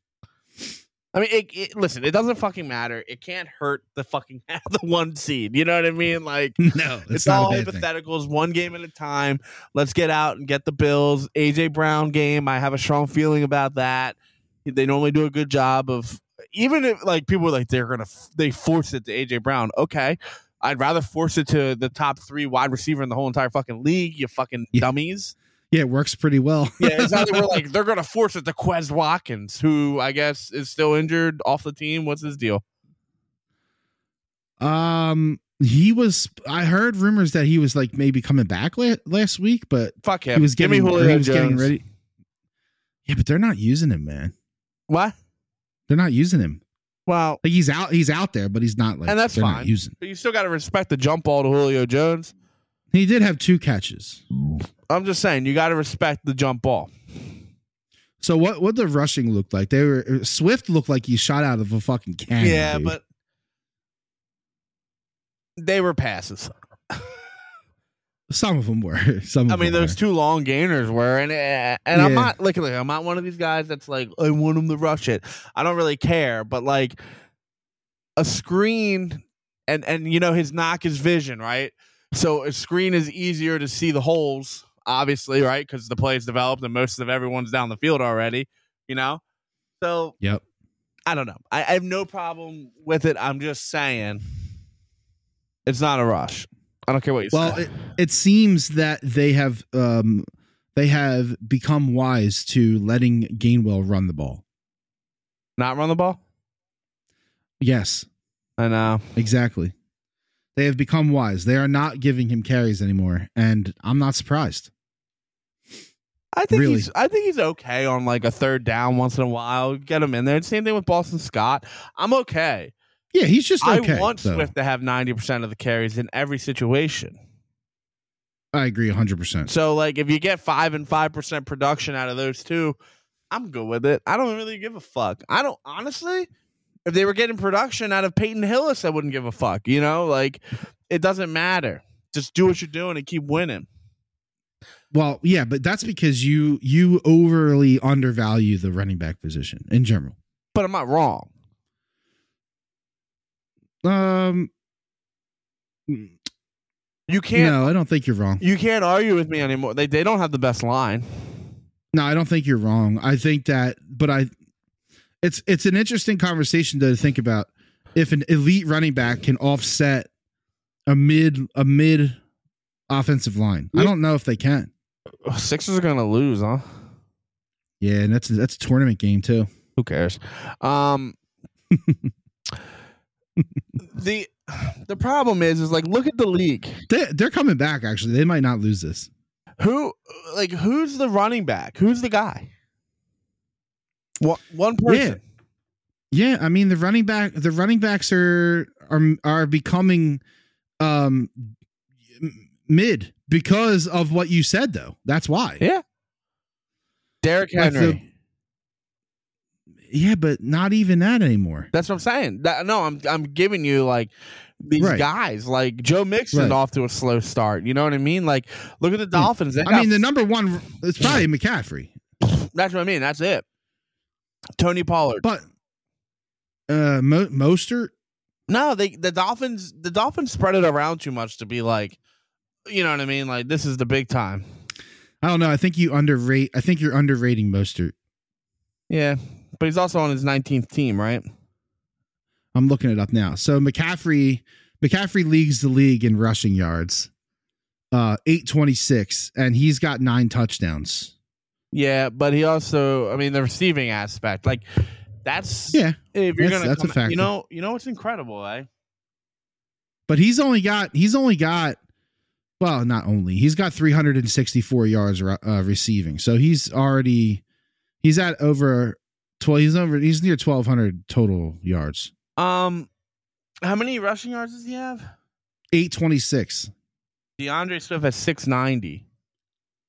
<laughs> I mean, it, it, listen, it doesn't fucking matter. It can't hurt the fucking <laughs> the one seed. You know what I mean? Like No, it's, It's, not all a bad thing. hypotheticals, one game at a time. Let's get out and get the Bills. AJ Brown game. I have a strong feeling about that. They normally do a good job of even if like people are like they're gonna f- they force it to AJ Brown. Okay, I'd rather force it to the top three wide receiver in the whole entire fucking league. You fucking Yeah. dummies. Yeah, it works pretty well. Yeah, it's not that we're like they're gonna force it to Quez Watkins, who I guess is still injured off the team. What's his deal? Um, He was. I heard rumors that he was like maybe coming back la- last week, but Fuck him. he was Give me getting Julio he was getting Jones. ready. Yeah, but they're not using him, man. What? They're not using him. Well, Like he's out. He's out there, but he's not like. And that's they're not fine. using. but you still got to respect the jump ball to Julio Jones. He did have two catches. I'm just saying, you got to respect the jump ball. So what? What the rushing looked like? They were uh, Swift looked like he shot out of a fucking cannon. yeah, dude. but they were passes. some of them were. <laughs> Some. I of mean, them those two long gainers were, and and I'm Yeah. not like, like I'm not one of these guys that's like I want them to rush it. I don't really care, but like a screen, and and you know his knock is vision, right? So a screen is easier to see the holes, obviously, right? Because the play is developed and most of everyone's down the field already, you know. So Yep. I don't know. I, I have no problem with it. I'm just saying, it's not a rush. I don't care what you Well, say. it, it seems that they have um they have become wise to letting Gainwell run the ball. not run the ball. Yes, I know. exactly. They have become wise. They are not giving him carries anymore, and I'm not surprised. I think Really. he's I think he's okay on like a third down once in a while. Get him in there. Same thing with Boston Scott. I'm okay. Yeah, he's just okay. I want though. Swift to have 90% of the carries in every situation. I agree 100%. So like if you get 5 and 5% production out of those two, I'm good with it. I don't really give a fuck. I don't honestly if they were getting production out of Peyton Hillis, I wouldn't give a fuck, you know? Like it doesn't matter. Just do what you're doing and keep winning. Well, yeah, but that's because you you overly undervalue the running back position in general. But I'm not wrong. Um You can't no, I don't think you're wrong. you can't argue with me anymore. They they don't have the best line. No, I don't think you're wrong. I think that, but I, it's it's an interesting conversation though, to think about if an elite running back can offset a mid a mid offensive line. I don't know if they can. Ugh, Sixers are gonna lose, huh? Yeah, and that's that's a tournament game too. Who cares? Um, the the problem is, is like look at the league. They they're coming back. Actually, they might not lose this. Who like who's the running back? Who's the guy? One one Yeah. person. Yeah, I mean the running back the running backs are are are becoming um m- mid because of what you said though. That's why. Yeah. Derrick Like Henry. the- Yeah, but not even that anymore. That's what I'm saying. That, no, I'm I'm giving you like these Right. guys. Like Joe Mixon's Right. off to a slow start. You know what I mean? Like look at the Yeah. Dolphins. They I mean, got the number one is probably McCaffrey, That's what I mean. That's it. Tony Pollard. but uh, Mo- Mostert. No, they the Dolphins the Dolphins spread it around too much to be like, you know what I mean? Like this is the big time. I don't know. I think you underrate. I think you're underrating Mostert. Yeah, but he's also on his 19th team, right? I'm looking it up now. So McCaffrey, McCaffrey leads the league in rushing yards, uh, eight twenty six, and he's got nine touchdowns. Yeah, but he also, I mean, the receiving aspect, like that's Yeah, If you're that's- gonna, that's a come- factor. You know, you know, it's incredible, eh? but he's only got he's only got well, not only he's got three hundred and sixty four yards ru- uh, receiving. So he's already he's at over twelve. He's over he's near twelve hundred total yards. Um, how many rushing yards does he have? 826. DeAndre Swift has 690.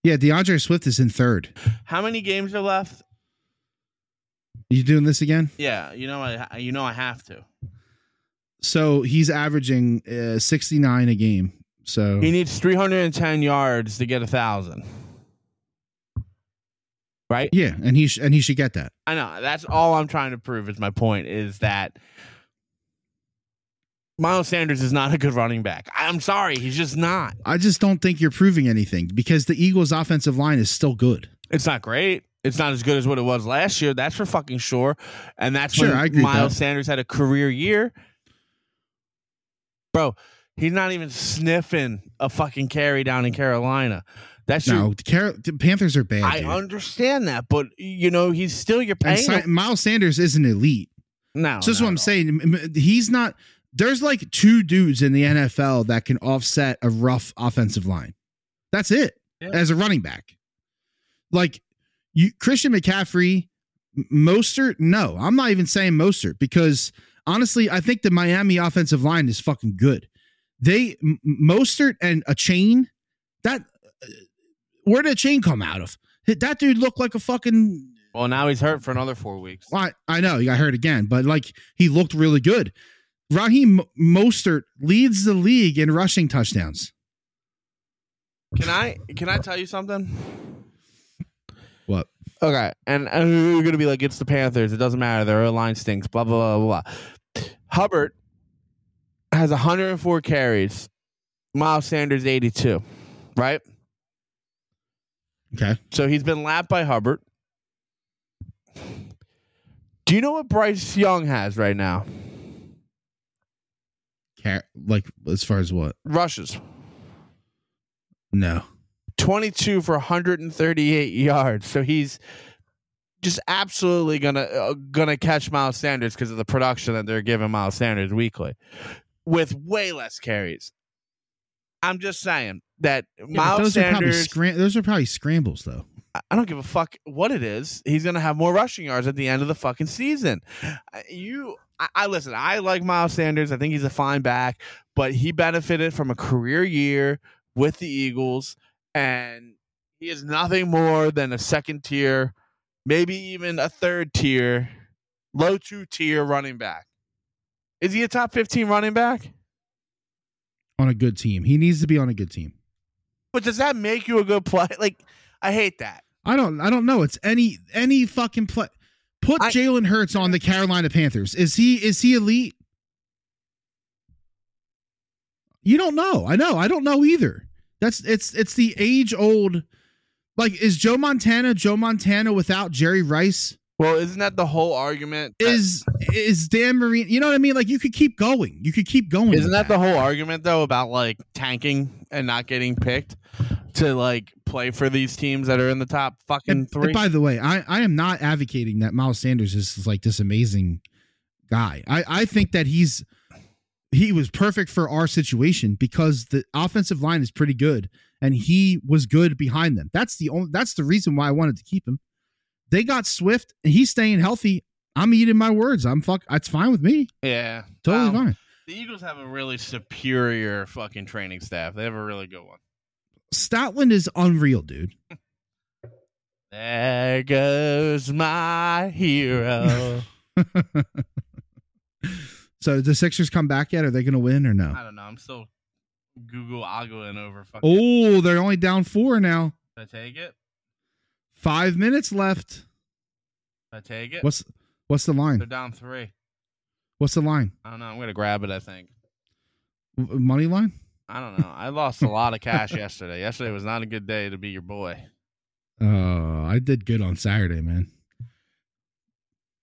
Yeah, DeAndre Swift is in third. How many games are left? You doing this again? Yeah, you know, I you know I have to. So he's averaging uh, 69 a game. So He needs 310 yards to get a thousand. Right? yeah, and he sh- and he should get that. I know. That's all I'm trying to prove is my point is that Miles Sanders is not a good running back. I'm sorry, he's just not. I just don't think you're proving anything because the Eagles' offensive line is still good. It's not great. It's not as good as what it was last year. That's for fucking sure. And that's Sure, when I agree with Miles that. Sanders had a career year. Bro, he's not even sniffing a fucking carry down in Carolina. That's your No, the, Car- the Panthers are bad. I dude. understand that, but you know he's still your and paying. Si- Miles Sanders isn't elite. no, so that's no, what I'm no. saying. M- m- He's not There's like two dudes in the NFL that can offset a rough offensive line. That's it Yeah. as a running back. Like you, Christian McCaffrey, M- Mostert. No, I'm not even saying Mostert because honestly, I think the Miami offensive line is fucking good. They M- Mostert and a chain. That where did a chain come out of? That dude looked like a fucking Well, now he's hurt for another four weeks. well, I, I know he got hurt again, but like he looked really good. Raheem Mo- Mostert leads the league in rushing touchdowns. Can I can I tell you something? What? Okay, and uh, you're gonna be like, it's the Panthers. It doesn't matter. Their O line stinks. Blah blah blah blah. Hubbard has 104 carries. Miles Sanders 82. Right. Okay. So he's been lapped by Hubbard. Do you know what Bryce Young has right now? Car- like as far as what? Rushes. No. 22 for 138 yards. So he's just absolutely gonna uh, gonna catch Miles Sanders because of the production that they're giving Miles Sanders weekly, with way less carries. I'm just saying that Yeah, Miles those are probably Sanders. scram- those are probably scrambles though. I- I don't give a fuck what it is. He's gonna have more rushing yards at the end of the fucking season. I- You, I, I listen. I like Miles Sanders. I think he's a fine back, but he benefited from a career year with the Eagles, and he is nothing more than a second tier, maybe even a third tier, low two tier running back. Is he a top fifteen running back? On a good team, he needs to be on a good team. But does that make you a good play? <laughs> Like, I hate that. I don't. I don't know. It's any any fucking play. Put I- Jalen Hurts on the Carolina Panthers. Is he is he elite? You don't know. I know. I don't know either. That's it's it's the age old. Like is Joe Montana Joe Montana without Jerry Rice? Well, isn't that the whole argument? that- Is is Dan Marino? You know what I mean? Like you could keep going. You could keep going. Isn't with that the whole argument though about like tanking and not getting picked to like play for these teams that are in the top fucking And, and three? by the way, I, I am not advocating that Miles Sanders is like this amazing guy. I, I think that he's he was perfect for our situation because the offensive line is pretty good and he was good behind them. That's the only that's the reason why I wanted to keep him. They got Swift and he's staying healthy. I'm eating my words. I'm fuck it's fine with me. yeah, Totally Um, fine. The Eagles have a really superior fucking training staff. They have a really good one. Stoutland is unreal, dude. There goes my <laughs> hero. So the Sixers come back yet? Are they gonna win or no? I don't know. I'm still Google ogling over fucking. Oh, they're only down four now. Should I take it. Five minutes left. Should I take it. What's what's the They're line? down three. What's the line? I don't know. I'm gonna grab it. I think. W- Money line? I don't know. I lost a lot <laughs> of cash yesterday. Yesterday was not a good day to be your boy. Oh, I did good on Saturday, man.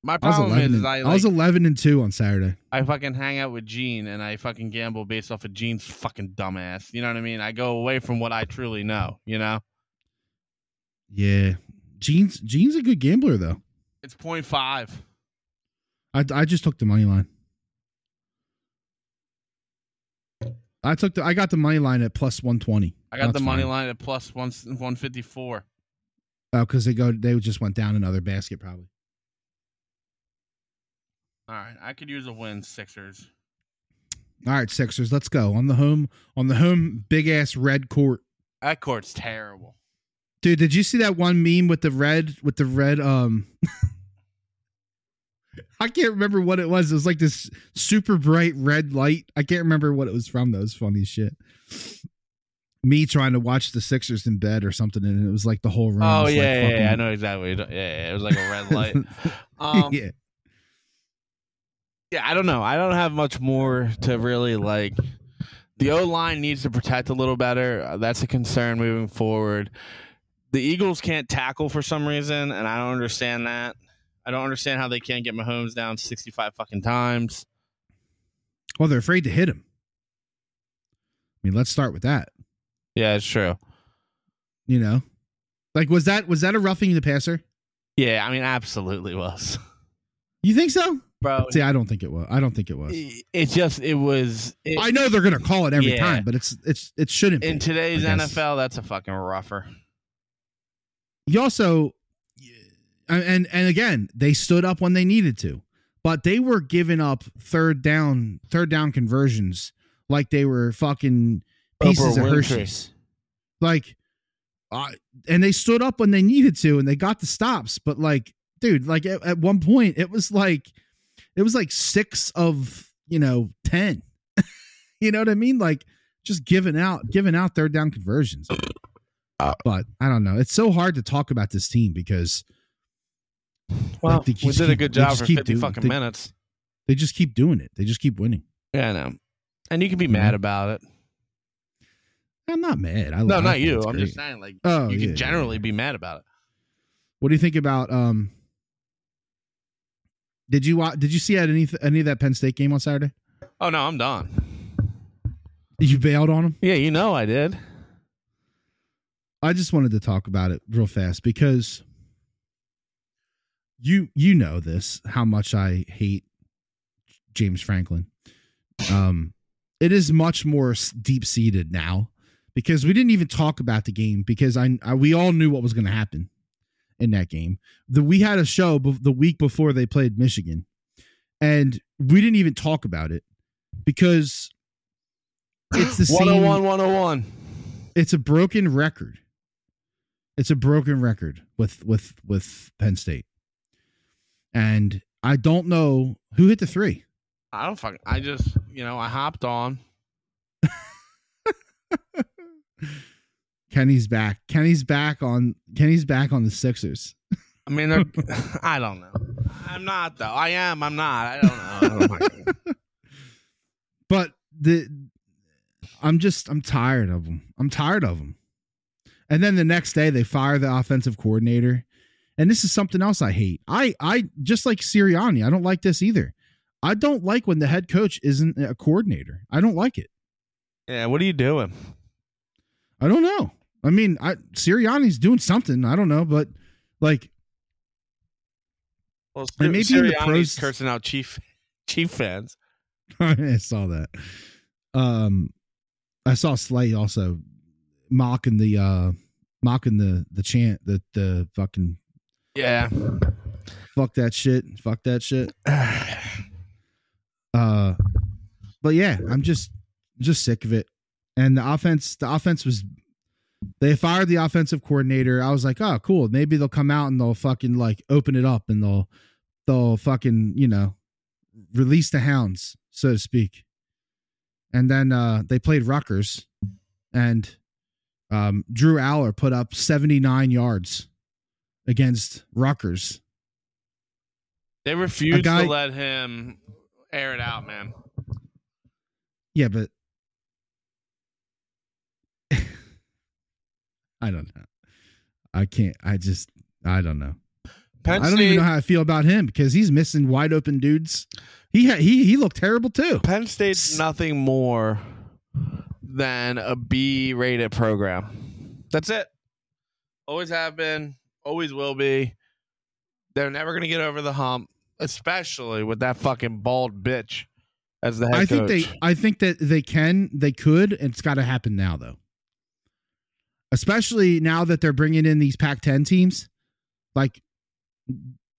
My I was problem eleven. And, is, is I, I, like, was eleven and two on Saturday. I fucking hang out with Gene and I fucking gamble based off of Gene's fucking dumbass. You know what I mean? I go away from what I truly know. You know, Yeah, Gene's Gene's a good gambler though. it's point five. I I just took the money line. I took the I got the money line at plus one twenty. I got the money line at plus one one fifty four. Oh, because they go they just went down another basket probably. All right, I could use a win, Sixers. All right, Sixers, let's go on the home on the home big ass red court. That court's terrible. Dude, did you see that one meme with the red with the red um <laughs> I can't remember what it was. It was like this super bright red light. I can't remember what it was from though. It was funny as shit. Me trying to watch the Sixers in bed or something, and it was like the whole room. Oh was, like, yeah, yeah, yeah, I fucking- know exactly. what you're talking- Yeah, yeah, it was like a <laughs> red light. Um, yeah. Yeah, I don't know. I don't have much more to really like. The O line needs to protect a little better. Uh, That's a concern moving forward. The Eagles can't tackle for some reason, and I don't understand that. I don't understand how they can't get Mahomes down sixty-five fucking times. Well, they're afraid to hit him. I mean, let's start with that. Yeah, it's true. You know, like was that was that a roughing the passer? Yeah, I mean, absolutely was. <laughs> You think so? bro. See, I don't think it was. I don't think it was. It's just it was. It, I know they're gonna call it every Yeah. time, but it's it's it shouldn't. in Be. today's I guess. NFL, that's a fucking rougher. You also, and and- and again, they stood up when they needed to, but they were giving up third down third down conversions like they were fucking pieces Oprah of Winfrey. Hershey's. Like, I and they stood up when they needed to, and they got the stops. But like, dude, like at, at one point, it was like, it was like six of you know ten. <laughs> you know what I mean? Like just giving out, giving out third down conversions. Uh, but I don't know. It's so hard to talk about this team because Well, they we just did a keep- good they job just for keep fifty doing- fucking they- minutes. they just keep doing it. They just keep winning. Yeah, I know. And you can Mm-hmm. be mad about it. I'm not mad. I No, I not think you. it's I'm Oh, great. just saying, like, Oh, you yeah, can yeah. generally be mad about it. What do you think about um? Did you wa- did you see at any any of that Penn State game on Saturday? Oh no, I'm done. You bailed on them. Yeah, you know I did. I just wanted to talk about it real fast because you you know this how much I hate James Franklin. Um, it is much more deep seated now because we didn't even talk about the game because I, I we all knew what was going to happen in that game. The, we had a show bef- the week before they played Michigan, and we didn't even talk about it because it's the same 101, 101. it's a broken record. It's a broken record with with with Penn State. And I don't know who hit the three. I don't fucking. I just, you know, I hopped on. Kenny's back. Kenny's back on Kenny's back on the Sixers. I <laughs> mean, they're- <laughs> I don't know. I'm not though. I am. I'm not. I don't know. <laughs> Oh, I don't fucking- But the I'm just I'm tired of them. I'm tired of them. And then the next day they fire the offensive coordinator. And this is something else I hate. I I just like Sirianni. I don't like this either. I don't like when the head coach isn't a coordinator. I don't like it. yeah, what are you doing? I don't know. I mean, I Sirianni's doing something. I don't know, but like, <laughs> Well, And maybe in the Sirianni's pros- cursing out chief, chief fans. I saw that. Um, I saw Slay also mocking the uh mocking the the chant the the fucking <sighs> Yeah. fuck that shit, fuck that shit. Uh, but yeah, I'm just just sick of it. And the offense, the offense was they fired the offensive coordinator. I was like, oh, cool. Maybe they'll come out and they'll fucking like open it up and they'll they'll fucking you know release the hounds, so to speak. And then uh they played Rutgers, and um Drew Aller put up 79 yards against Rutgers. They refused guy- to let him air it out, man. Yeah, but I don't know. I can't. I just. I don't know. Penn I don't State, even know how I feel about him because he's missing wide open dudes. He ha- he he looked terrible too. Penn State's nothing more than a B rated program. That's it. Always have been, always will be. They're never going to get over the hump, especially with that fucking bald bitch as the head I coach. think they. I think that they can. They could. And it's got to happen now though. Especially now that they're bringing in these Pac-10 teams, like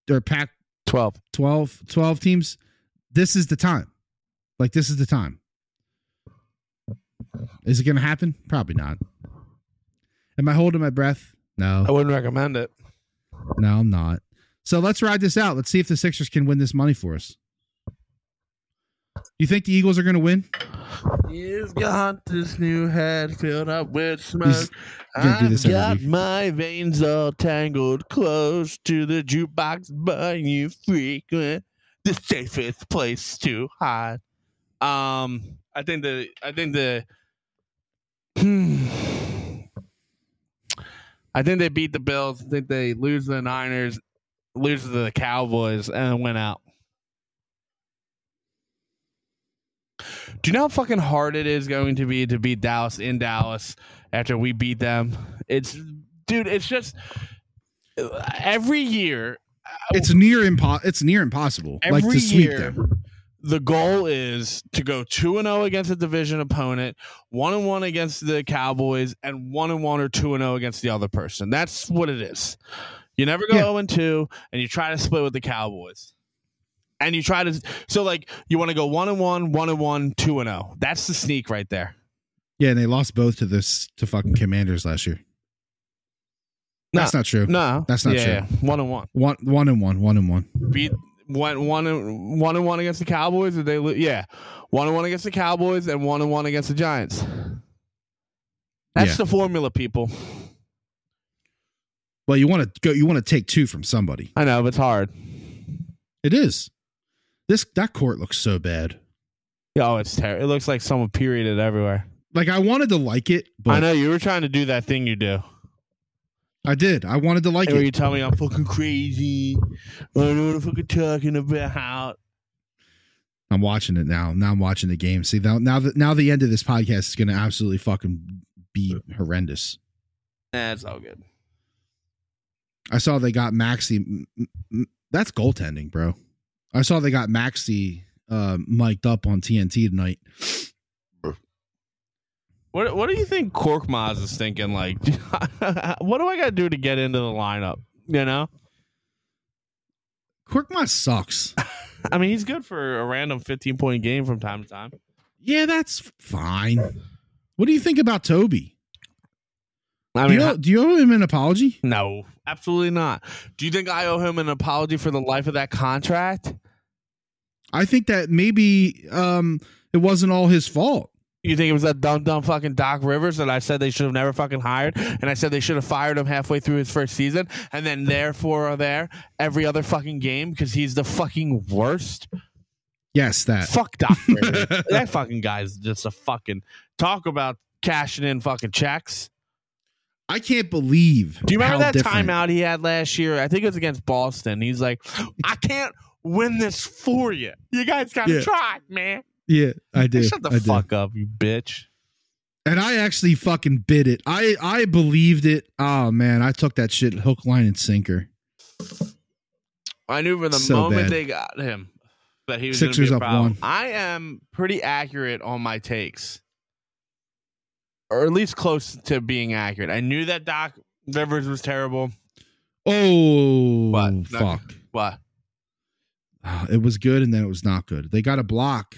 they're Pac 12. 12, 12 teams. This is the time. Like this is the time. Is it going to happen? Probably not. Am I holding my breath? I No, wouldn't recommend it. no, I'm not. So let's ride this out. Let's see if the Sixers can win this money for us. You think the Eagles are going to win? He's got this new head filled up with He's- smoke. gonna do this I've every got week. my veins all tangled close to the jukebox, but you frequent the safest place to hide. Um, I think the I think the <sighs> hmm, I think they beat the Bills. I think they lose to the Niners, lose to the Cowboys, and went out. Do you know how fucking hard it is going to be to beat Dallas in Dallas after we beat them? It's dude, it's just every year it's near impo- it's near impossible Every like to sweep year, them. the goal is to go 2 and 0 against a division opponent, 1 and 1 against the Cowboys and 1 and 1 or 2 and 0 against the other person. That's what it is. You never go Yeah. 0 and 2 and you try to split with the Cowboys. And you try to so like you want to go 1 and 1, 1 and 1, 2 and 0. That's the sneak right there. Yeah, and they lost both to this to fucking Commanders last year. No. That's not true. No. That's not yeah, true. 1 and 1. One one and one, one and one. beat went one and one and one against the Cowboys. Did they? lo- Yeah, one and one against the Cowboys and one and one against the Giants. That's Yeah. the formula, people. Well, you want to go. You want to take two from somebody. I know, but it's hard. It is. This that court looks so bad. Oh, it's terrible. It looks like someone perioded everywhere. Like I wanted to like it, but I know you were trying to do that thing you do, I did. I wanted to like where you it. tell me I'm fucking crazy. I don't know what I'm fucking talking about. I'm watching it now. Now I'm watching the game. See now now that now the end of this podcast is going to absolutely fucking be horrendous. That's all good. I saw they got Maxi. m- m- That's goaltending, bro. I saw they got Maxi uh, mic'd up on TNT tonight. What What do you think Cork Maz is thinking? Like, <laughs> what do I got to do to get into the lineup? You know. Korkmaz sucks. I mean, he's good for a random 15 point game from time to time. Yeah, that's fine. What do you think about Toby? I do, mean, you owe, do you owe him an apology? no, absolutely not. Do you think I owe him an apology for the life of that contract? I think that maybe um, it wasn't all his fault. You think it was that dumb, dumb fucking Doc Rivers that I said they should have never fucking hired, and I said they should have fired him halfway through his first season, and then therefore are there every other fucking game because he's the fucking worst. Yes, that. <laughs> Fuck Doc Rivers. Uh, <laughs> that fucking guy's just a fucking talk about cashing in fucking checks. I can't believe. Do you remember how that different- timeout he had last year? I think it was against Boston. He's like, I can't win this for you. You guys got to Yeah. try, man. Yeah, I did. Shut the I did. fuck up, you bitch. And I actually fucking bid it. I I believed it. Oh man, I took that shit hook, line, and sinker. I knew from the So moment bad. they got him that he was going to Sixers be a up problem. one. I am pretty accurate on my takes, or at least close to being accurate. I knew that Doc Rivers was terrible, Oh What? fuck! but Ah, It was good, and then it was not good. They got a block,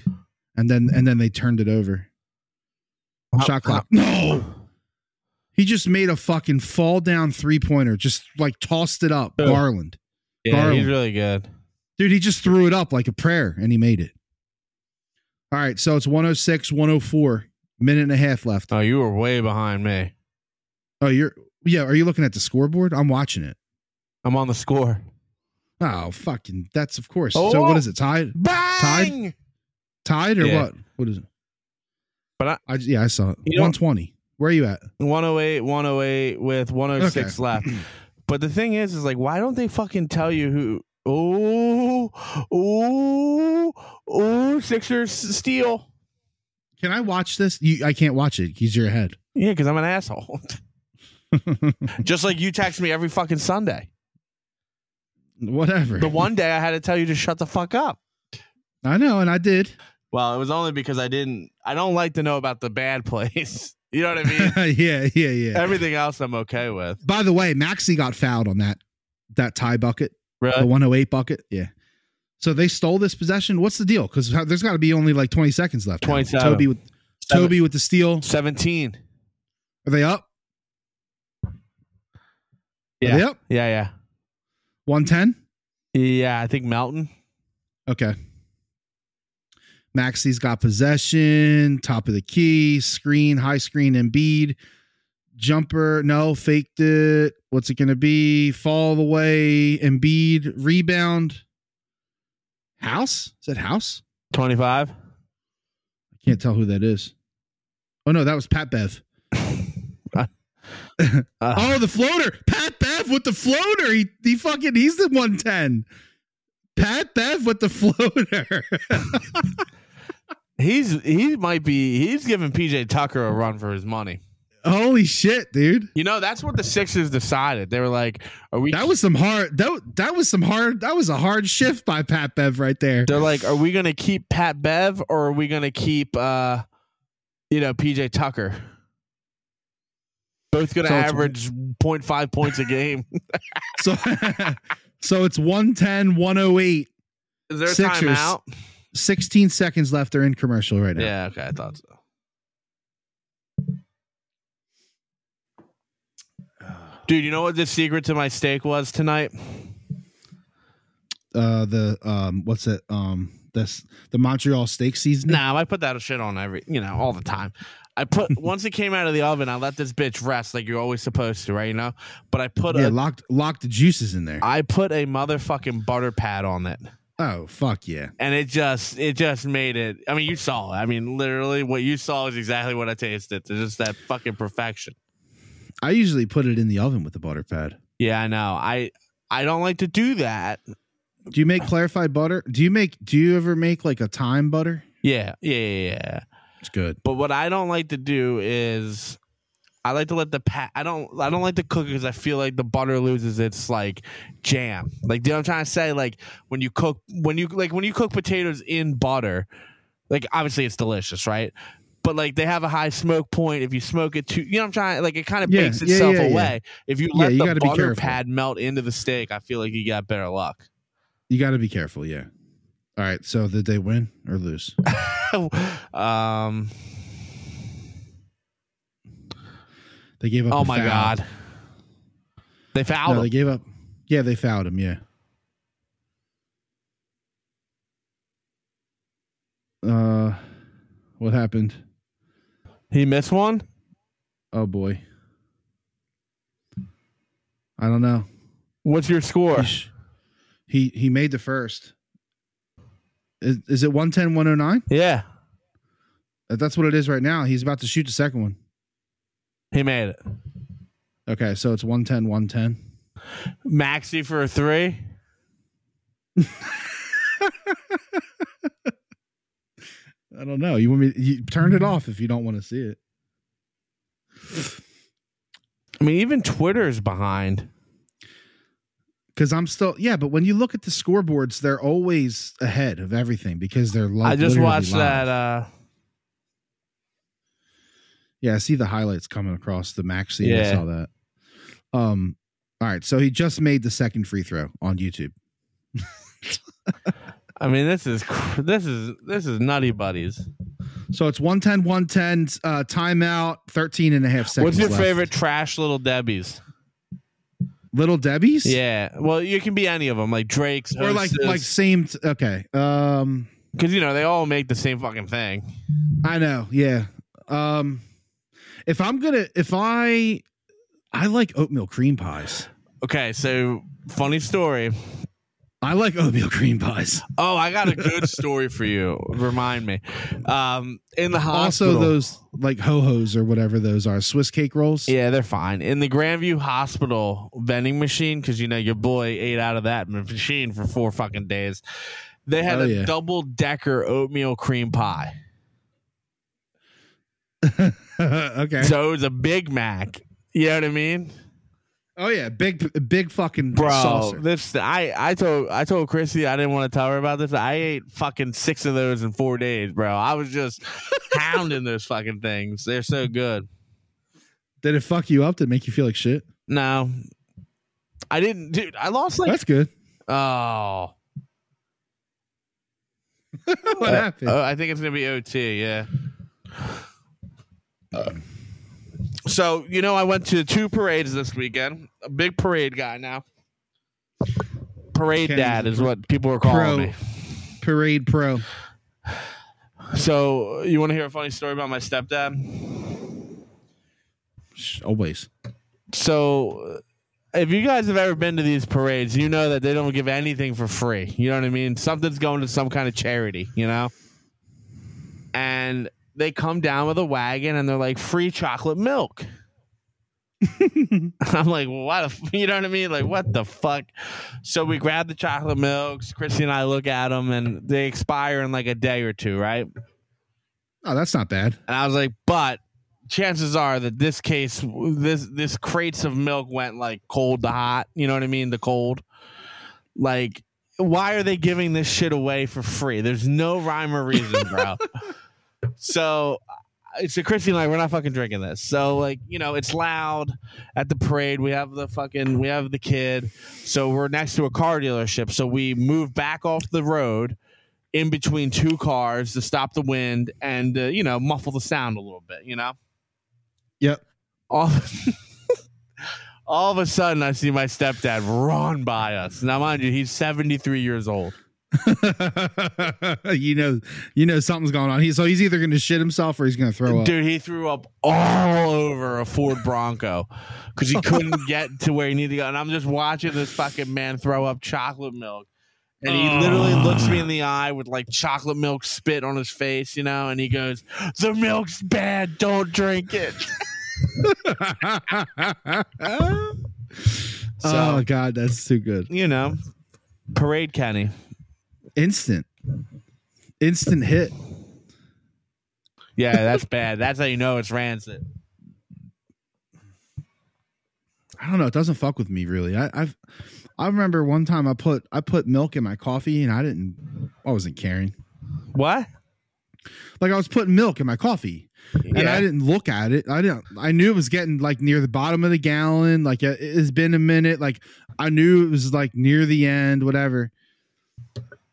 and then and then they turned it over. Shot clock. No. He just made a fucking fall down three pointer, just like tossed it up. Who? Garland. yeah, he's Garland. really good. Dude, he just threw it up like a prayer and he made it. All right, so it's 106, 104, minute and a half left. Oh, you were way behind me. Oh, you're yeah, are you looking at the scoreboard? I'm watching it. I'm on the score. Oh, fucking that's of course. Oh. So what is it? Tied? Bang! Tied or Yeah. what? What is it? But I- I yeah, I saw it. You know- 120. Where are you at? 108 108 with 106 left but the thing is is like why don't they fucking tell you who oh oh oh sixers steal Can I watch this? You, I can't watch it. He's your head. yeah because i'm an asshole just like you text me every fucking sunday Whatever. the one day i had to tell you to shut the fuck up I know, and I did. well it was only because i didn't i don't like to know about the bad <laughs> plays you know what i mean yeah, yeah, <laughs> yeah. everything else i'm okay with By the way, Maxi got fouled on that that tie bucket, the really 108 bucket. Yeah. So they stole this possession. What's the deal? Because there's got to be only like 20 seconds left. now. 27. Toby with Toby with the steal. 17 Are they up? Are they up? yeah 110. yeah yeah i think melton Okay. Maxi's got possession, top of the key, screen, high screen, Embiid. Jumper, no, faked it. What's it going to be? Fall away, Embiid, rebound. House? Is that House? 25 I can't tell who that is. Oh, no, that was Pat Bev. Oh, the floater. Pat Bev with the floater. He, he fucking, he's the 110. Pat Bev with the floater. <laughs> He's he might be he's giving PJ Tucker a run for his money. Holy shit, dude. You know, that's what the Sixers decided. They were like, "Are we?" That was some hard that, that was some hard that was a hard shift by Pat Bev right there. They're like, are we gonna keep Pat Bev or are we gonna keep uh you know PJ Tucker? Both gonna So it's- average 0.5 points a <laughs> game. So so it's 110, 108, Is there a Sixers. timeout? 16 seconds left. They're in commercial right now. yeah, okay, I <sighs> thought so. Dude, you know what the secret to my steak was tonight? Uh the um what's it? Um this the Montreal steak season. Nah, I put that shit on every, you know, all the time. I put once it came out of the oven, I let this bitch rest like you're always supposed to, right? You know, but I put yeah, a, locked locked the juices in there. I put a motherfucking butter pad on it, oh fuck yeah. and it just, it just made it. I mean, you saw. it. I mean, literally, what you saw is exactly what I tasted. It's just that fucking perfection. I usually put it in the oven with the butter pad. Yeah, I know. I, I don't like to do that. Do you make clarified butter? Do you make do you ever make like a thyme butter? Yeah, yeah, yeah. yeah. It's good. But what I don't like to do is I like to let the pat. I don't. I don't like to cook because I feel like the butter loses its like jam. Like, do you know what I'm trying to say? Like when you cook, when you like when you cook potatoes in butter, like obviously it's delicious, right? But like they have a high smoke point. If you smoke it too, you know what I'm trying. Like it kind of Yeah, bakes yeah, itself yeah, yeah. away. If you Yeah, let you the gotta be butter careful. pad melt into the steak, I feel like you got better luck. <laughs> You got to be careful. Yeah. All right. So did they win or lose? um. They gave up. Oh a my foul. god. They fouled. No, him. they gave up. Yeah, they fouled him. Yeah. Uh, what happened? he missed one. Oh boy. I don't know. What's your score? Yeesh. He he made the first. Is, is it 110 109? Yeah, That's what it is right now. He's about to shoot the second one. he made it. Okay, so it's 110 110. Maxi for a three. I don't know. You want me you turn it off if you don't want to see it. I mean, even Twitter's behind. Cuz I'm still Yeah, but when you look at the scoreboards, they're always ahead of everything because they're like I just literally watched live. that. Uh, Yeah, I see the highlights coming across the maxi. Yeah. I Yeah. saw that. Um all right, so he just made the second free throw on YouTube. I mean, this is cr- this is this is nutty buddies. So it's 110 110 uh timeout 13 and a half seconds. What's your left. favorite trash little Debbie's? Little Debbie's? Yeah, well, you can be any of them, like Drake's Or like like same t- okay. Um because you know they all make the same fucking thing. I know. Yeah. Um if I'm going to if I I like oatmeal cream pies. Okay, so funny story. I like oatmeal cream <laughs> pies. Oh, I got a <laughs> good story for you. Remind me. Um, in the hospital. Also those like ho-hos or whatever those are, Swiss cake rolls. Yeah, they're fine. In the Grandview Hospital vending machine, because you know your boy ate out of that ma- machine for four fucking days. They had Oh, a yeah. double decker oatmeal cream pie. <laughs> okay. So it was a Big Mac. You know what I mean, oh yeah, big big fucking bro? saucer. This I I told I told Chrissy I didn't want to tell her about this. I ate fucking six of those in four days, bro. I <laughs> was just hounding those fucking things. They're so good. Did it fuck you up? Did it make you feel like shit? No, I didn't, dude. I lost like That's good. oh. what Uh, happened? uh, I think it's gonna be OT. Yeah. so you know, I went to two parades this weekend. A big parade guy now. Parade Kenny's dad a is pr- what people are pro. calling me. Parade pro. So you want to hear a funny story about my stepdad? Shh, Always. So. If you guys have ever been to these parades, you know that they don't give anything for free. You know what I mean? Something's going to some kind of charity, you know? And they come down with a wagon and they're like, free chocolate milk. I'm like, well, why the, f-? you know what I mean? Like, what the fuck? So we grab the chocolate milks. Chrissy and I look at them, and they expire in like a day or two, right? Oh, that's not bad. <laughs> And I was like, but chances are that this case this this crates of milk went like cold to hot you know what i mean the cold like why are they giving this shit away for free there's no rhyme or reason bro so uh, it's a christian like we're not fucking drinking this so like you know it's loud at the parade we have the fucking we have the kid so we're next to a car dealership so we move back off the road in between two cars to stop the wind and uh, you know muffle the sound a little bit you know Yep. all, <laughs> all of a sudden i see my stepdad run by us now mind you he's 73 years old you know, you know something's going on. He so he's either going to shit himself or he's going to throw up. <laughs> dude he threw up all over a ford bronco because <laughs> he couldn't get to where he needed to go and i'm just watching this fucking man throw up chocolate milk and he literally Oh. looks me in the eye with like chocolate milk spit on his face, you know, and he goes, The milk's bad, don't drink it. oh god, that's too good. you know, Parade Kenny. Instant, instant hit. <laughs> Yeah, that's bad. That's how you know it's rancid. I don't know. It doesn't fuck with me really. I, I've I remember one time I put I put milk in my coffee and I didn't I wasn't caring. What? Like I was putting milk in my coffee and I didn't look at it. I didn't. I knew it was getting like near the bottom of the gallon. Like it, it's been a minute. Like I knew it was like near the end. Whatever.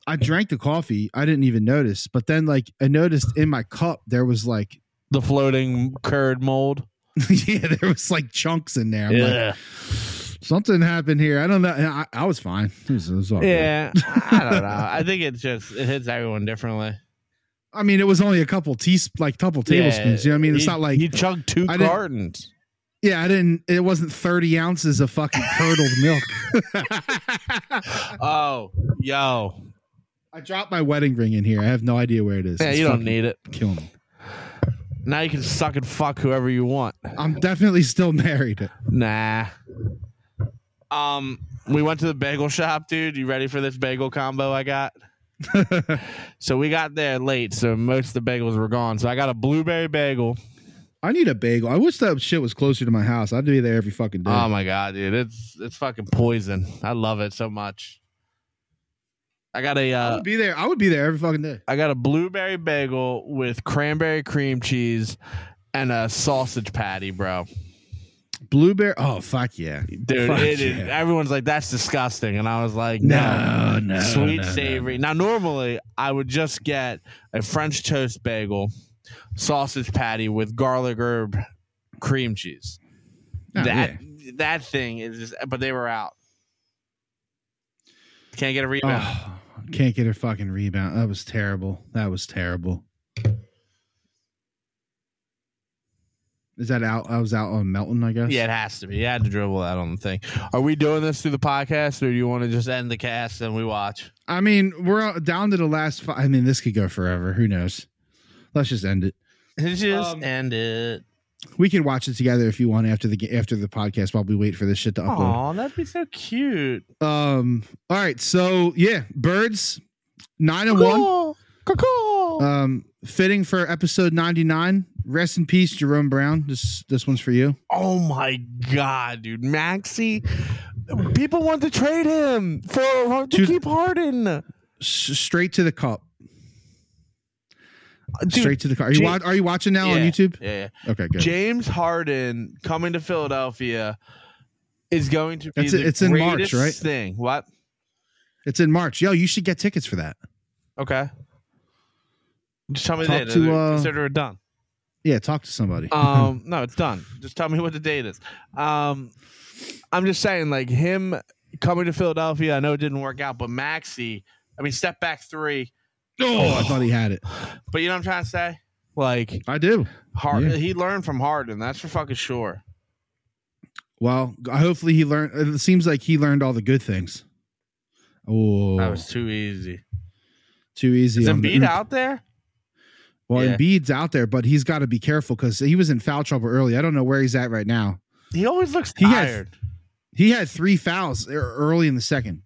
I drank the coffee. I didn't even notice. But then like I noticed in my cup there was like <laughs> the floating curd mold. yeah there was like chunks in there. I'm like, something happened here. I don't know. And I, I was fine. It was, it was all good. yeah. <laughs> I don't know. I think it just it hits everyone differently. I mean, it was only a couple teasp like couple tablespoons. You know what I mean? It's He- not like he chugged two I didn't- cartons. yeah, I didn't. It wasn't thirty ounces of fucking curdled milk. <laughs> Oh, yo. I dropped my wedding ring in here. I have no idea where it is. Yeah, It's you don't fucking need it. killing me. Now you can suck and fuck whoever you want. I'm definitely still <laughs> married. Nah. Um, we went to the bagel shop, dude. You ready for this bagel combo I got? so we got there late, so most of the bagels were gone. So I got a blueberry bagel. I need a bagel. I wish that shit was closer to my house. I'd be there every fucking day. Oh my god, dude, it's it's fucking poison. I love it so much. I got a I uh, would be there. I would be there every fucking day. I got a blueberry bagel with cranberry cream cheese and a sausage patty, bro. Blueberry. Oh fuck yeah. Dude, Fuck it is, yeah. everyone's like that's disgusting, and I was like, No, no, sweet no, no. savory. Now, normally I would just get a French toast bagel, sausage patty with garlic herb cream cheese. Oh, that that thing is just, but they were out. Can't get a yeah. rebound. Oh, can't get a fucking rebound. That was terrible. That was terrible. Is that out? I was out on Melton, I guess. Yeah, it has to be. You had to dribble that on the thing. Are we doing this through the podcast, or do you want to just end the cast and we watch? I mean, we're out- down to the last. Five, I mean, this could go forever. Who knows? Let's just end it. <laughs> Just Um, end it. We can watch it together if you want after the ga- after the podcast while we wait for this shit to upload. Aw, that'd be so cute. Um. All right. So yeah, birds nine and one. Uh, Um, fitting for episode ninety nine. Rest in peace, Jerome Brown. This this one's for you. Oh my god, dude, Maxi! People want to trade him for to Dude. keep Harden. Uh, S- straight to the cup. Dude, straight to the cup. Are you Jay- wa- are you watching now on Yeah. YouTube? yeah, yeah. Okay, good. James Harden coming to Philadelphia is going to be That's it. the It's in March, greatest right? Thing what? it's in March. Yo, you should get tickets for that. Okay, just tell me the Talk date. to, uh, Consider it done. Yeah, talk to somebody. <laughs> Um, no, it's done. Just tell me what the date is. Um, I'm just saying, like him coming to Philadelphia, I know it didn't work out, but Maxi, I mean, step back three, oh, I thought he had it. but you know what I'm trying to say? Like, I do. hard, Yeah. he learned from Harden. That's for fucking sure. Well, g- hopefully he learned. It seems like he learned all the good things. Oh, That was too easy. too easy. Is on the mm, Embiid oop. out there? Well, Yeah. Embiid's out there, but he's got to be careful because he was in foul trouble early. I don't know where he's at right now. He always looks He has- tired. He had three fouls e- early in the second,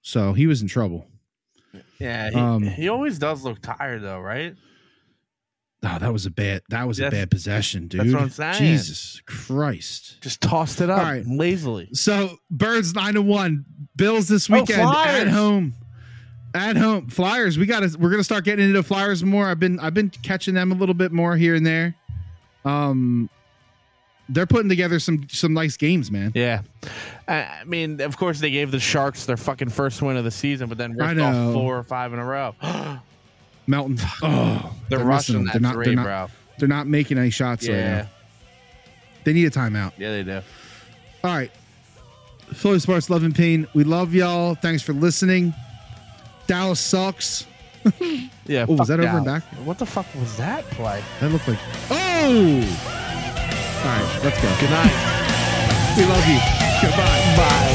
so he was in trouble. yeah, he, um, he always does look tired though, right? Oh, that was a bad. That was That's- a bad possession, dude. that's what I'm saying. Jesus Christ. Just tossed it up All right. lazily. So birds nine to one. Bills this Oh, weekend Flyers. at home. At home, Flyers. We got to. We're gonna start getting into Flyers more. I've been. I've been catching them a little bit more here and there. Um, they're putting together some some nice games, man. Yeah. I I mean, of course, they gave the Sharks their fucking first win of the season, but then ripped know. off four or five in a row. <gasps> they're, <sighs> Melton. Oh, missing rushing them. that They're not. three, they're not. bro. They're not making any shots right yeah. now. They need a timeout. Yeah, they do. All right. Philly Sports Love and Pain. We love y'all. Thanks for listening. Dallas sucks. Yeah. Oh, was fuck that over and back? Dallas. What the fuck was that play? That looked like. Oh! All right, let's go. Good night. We love you. Goodbye. Bye.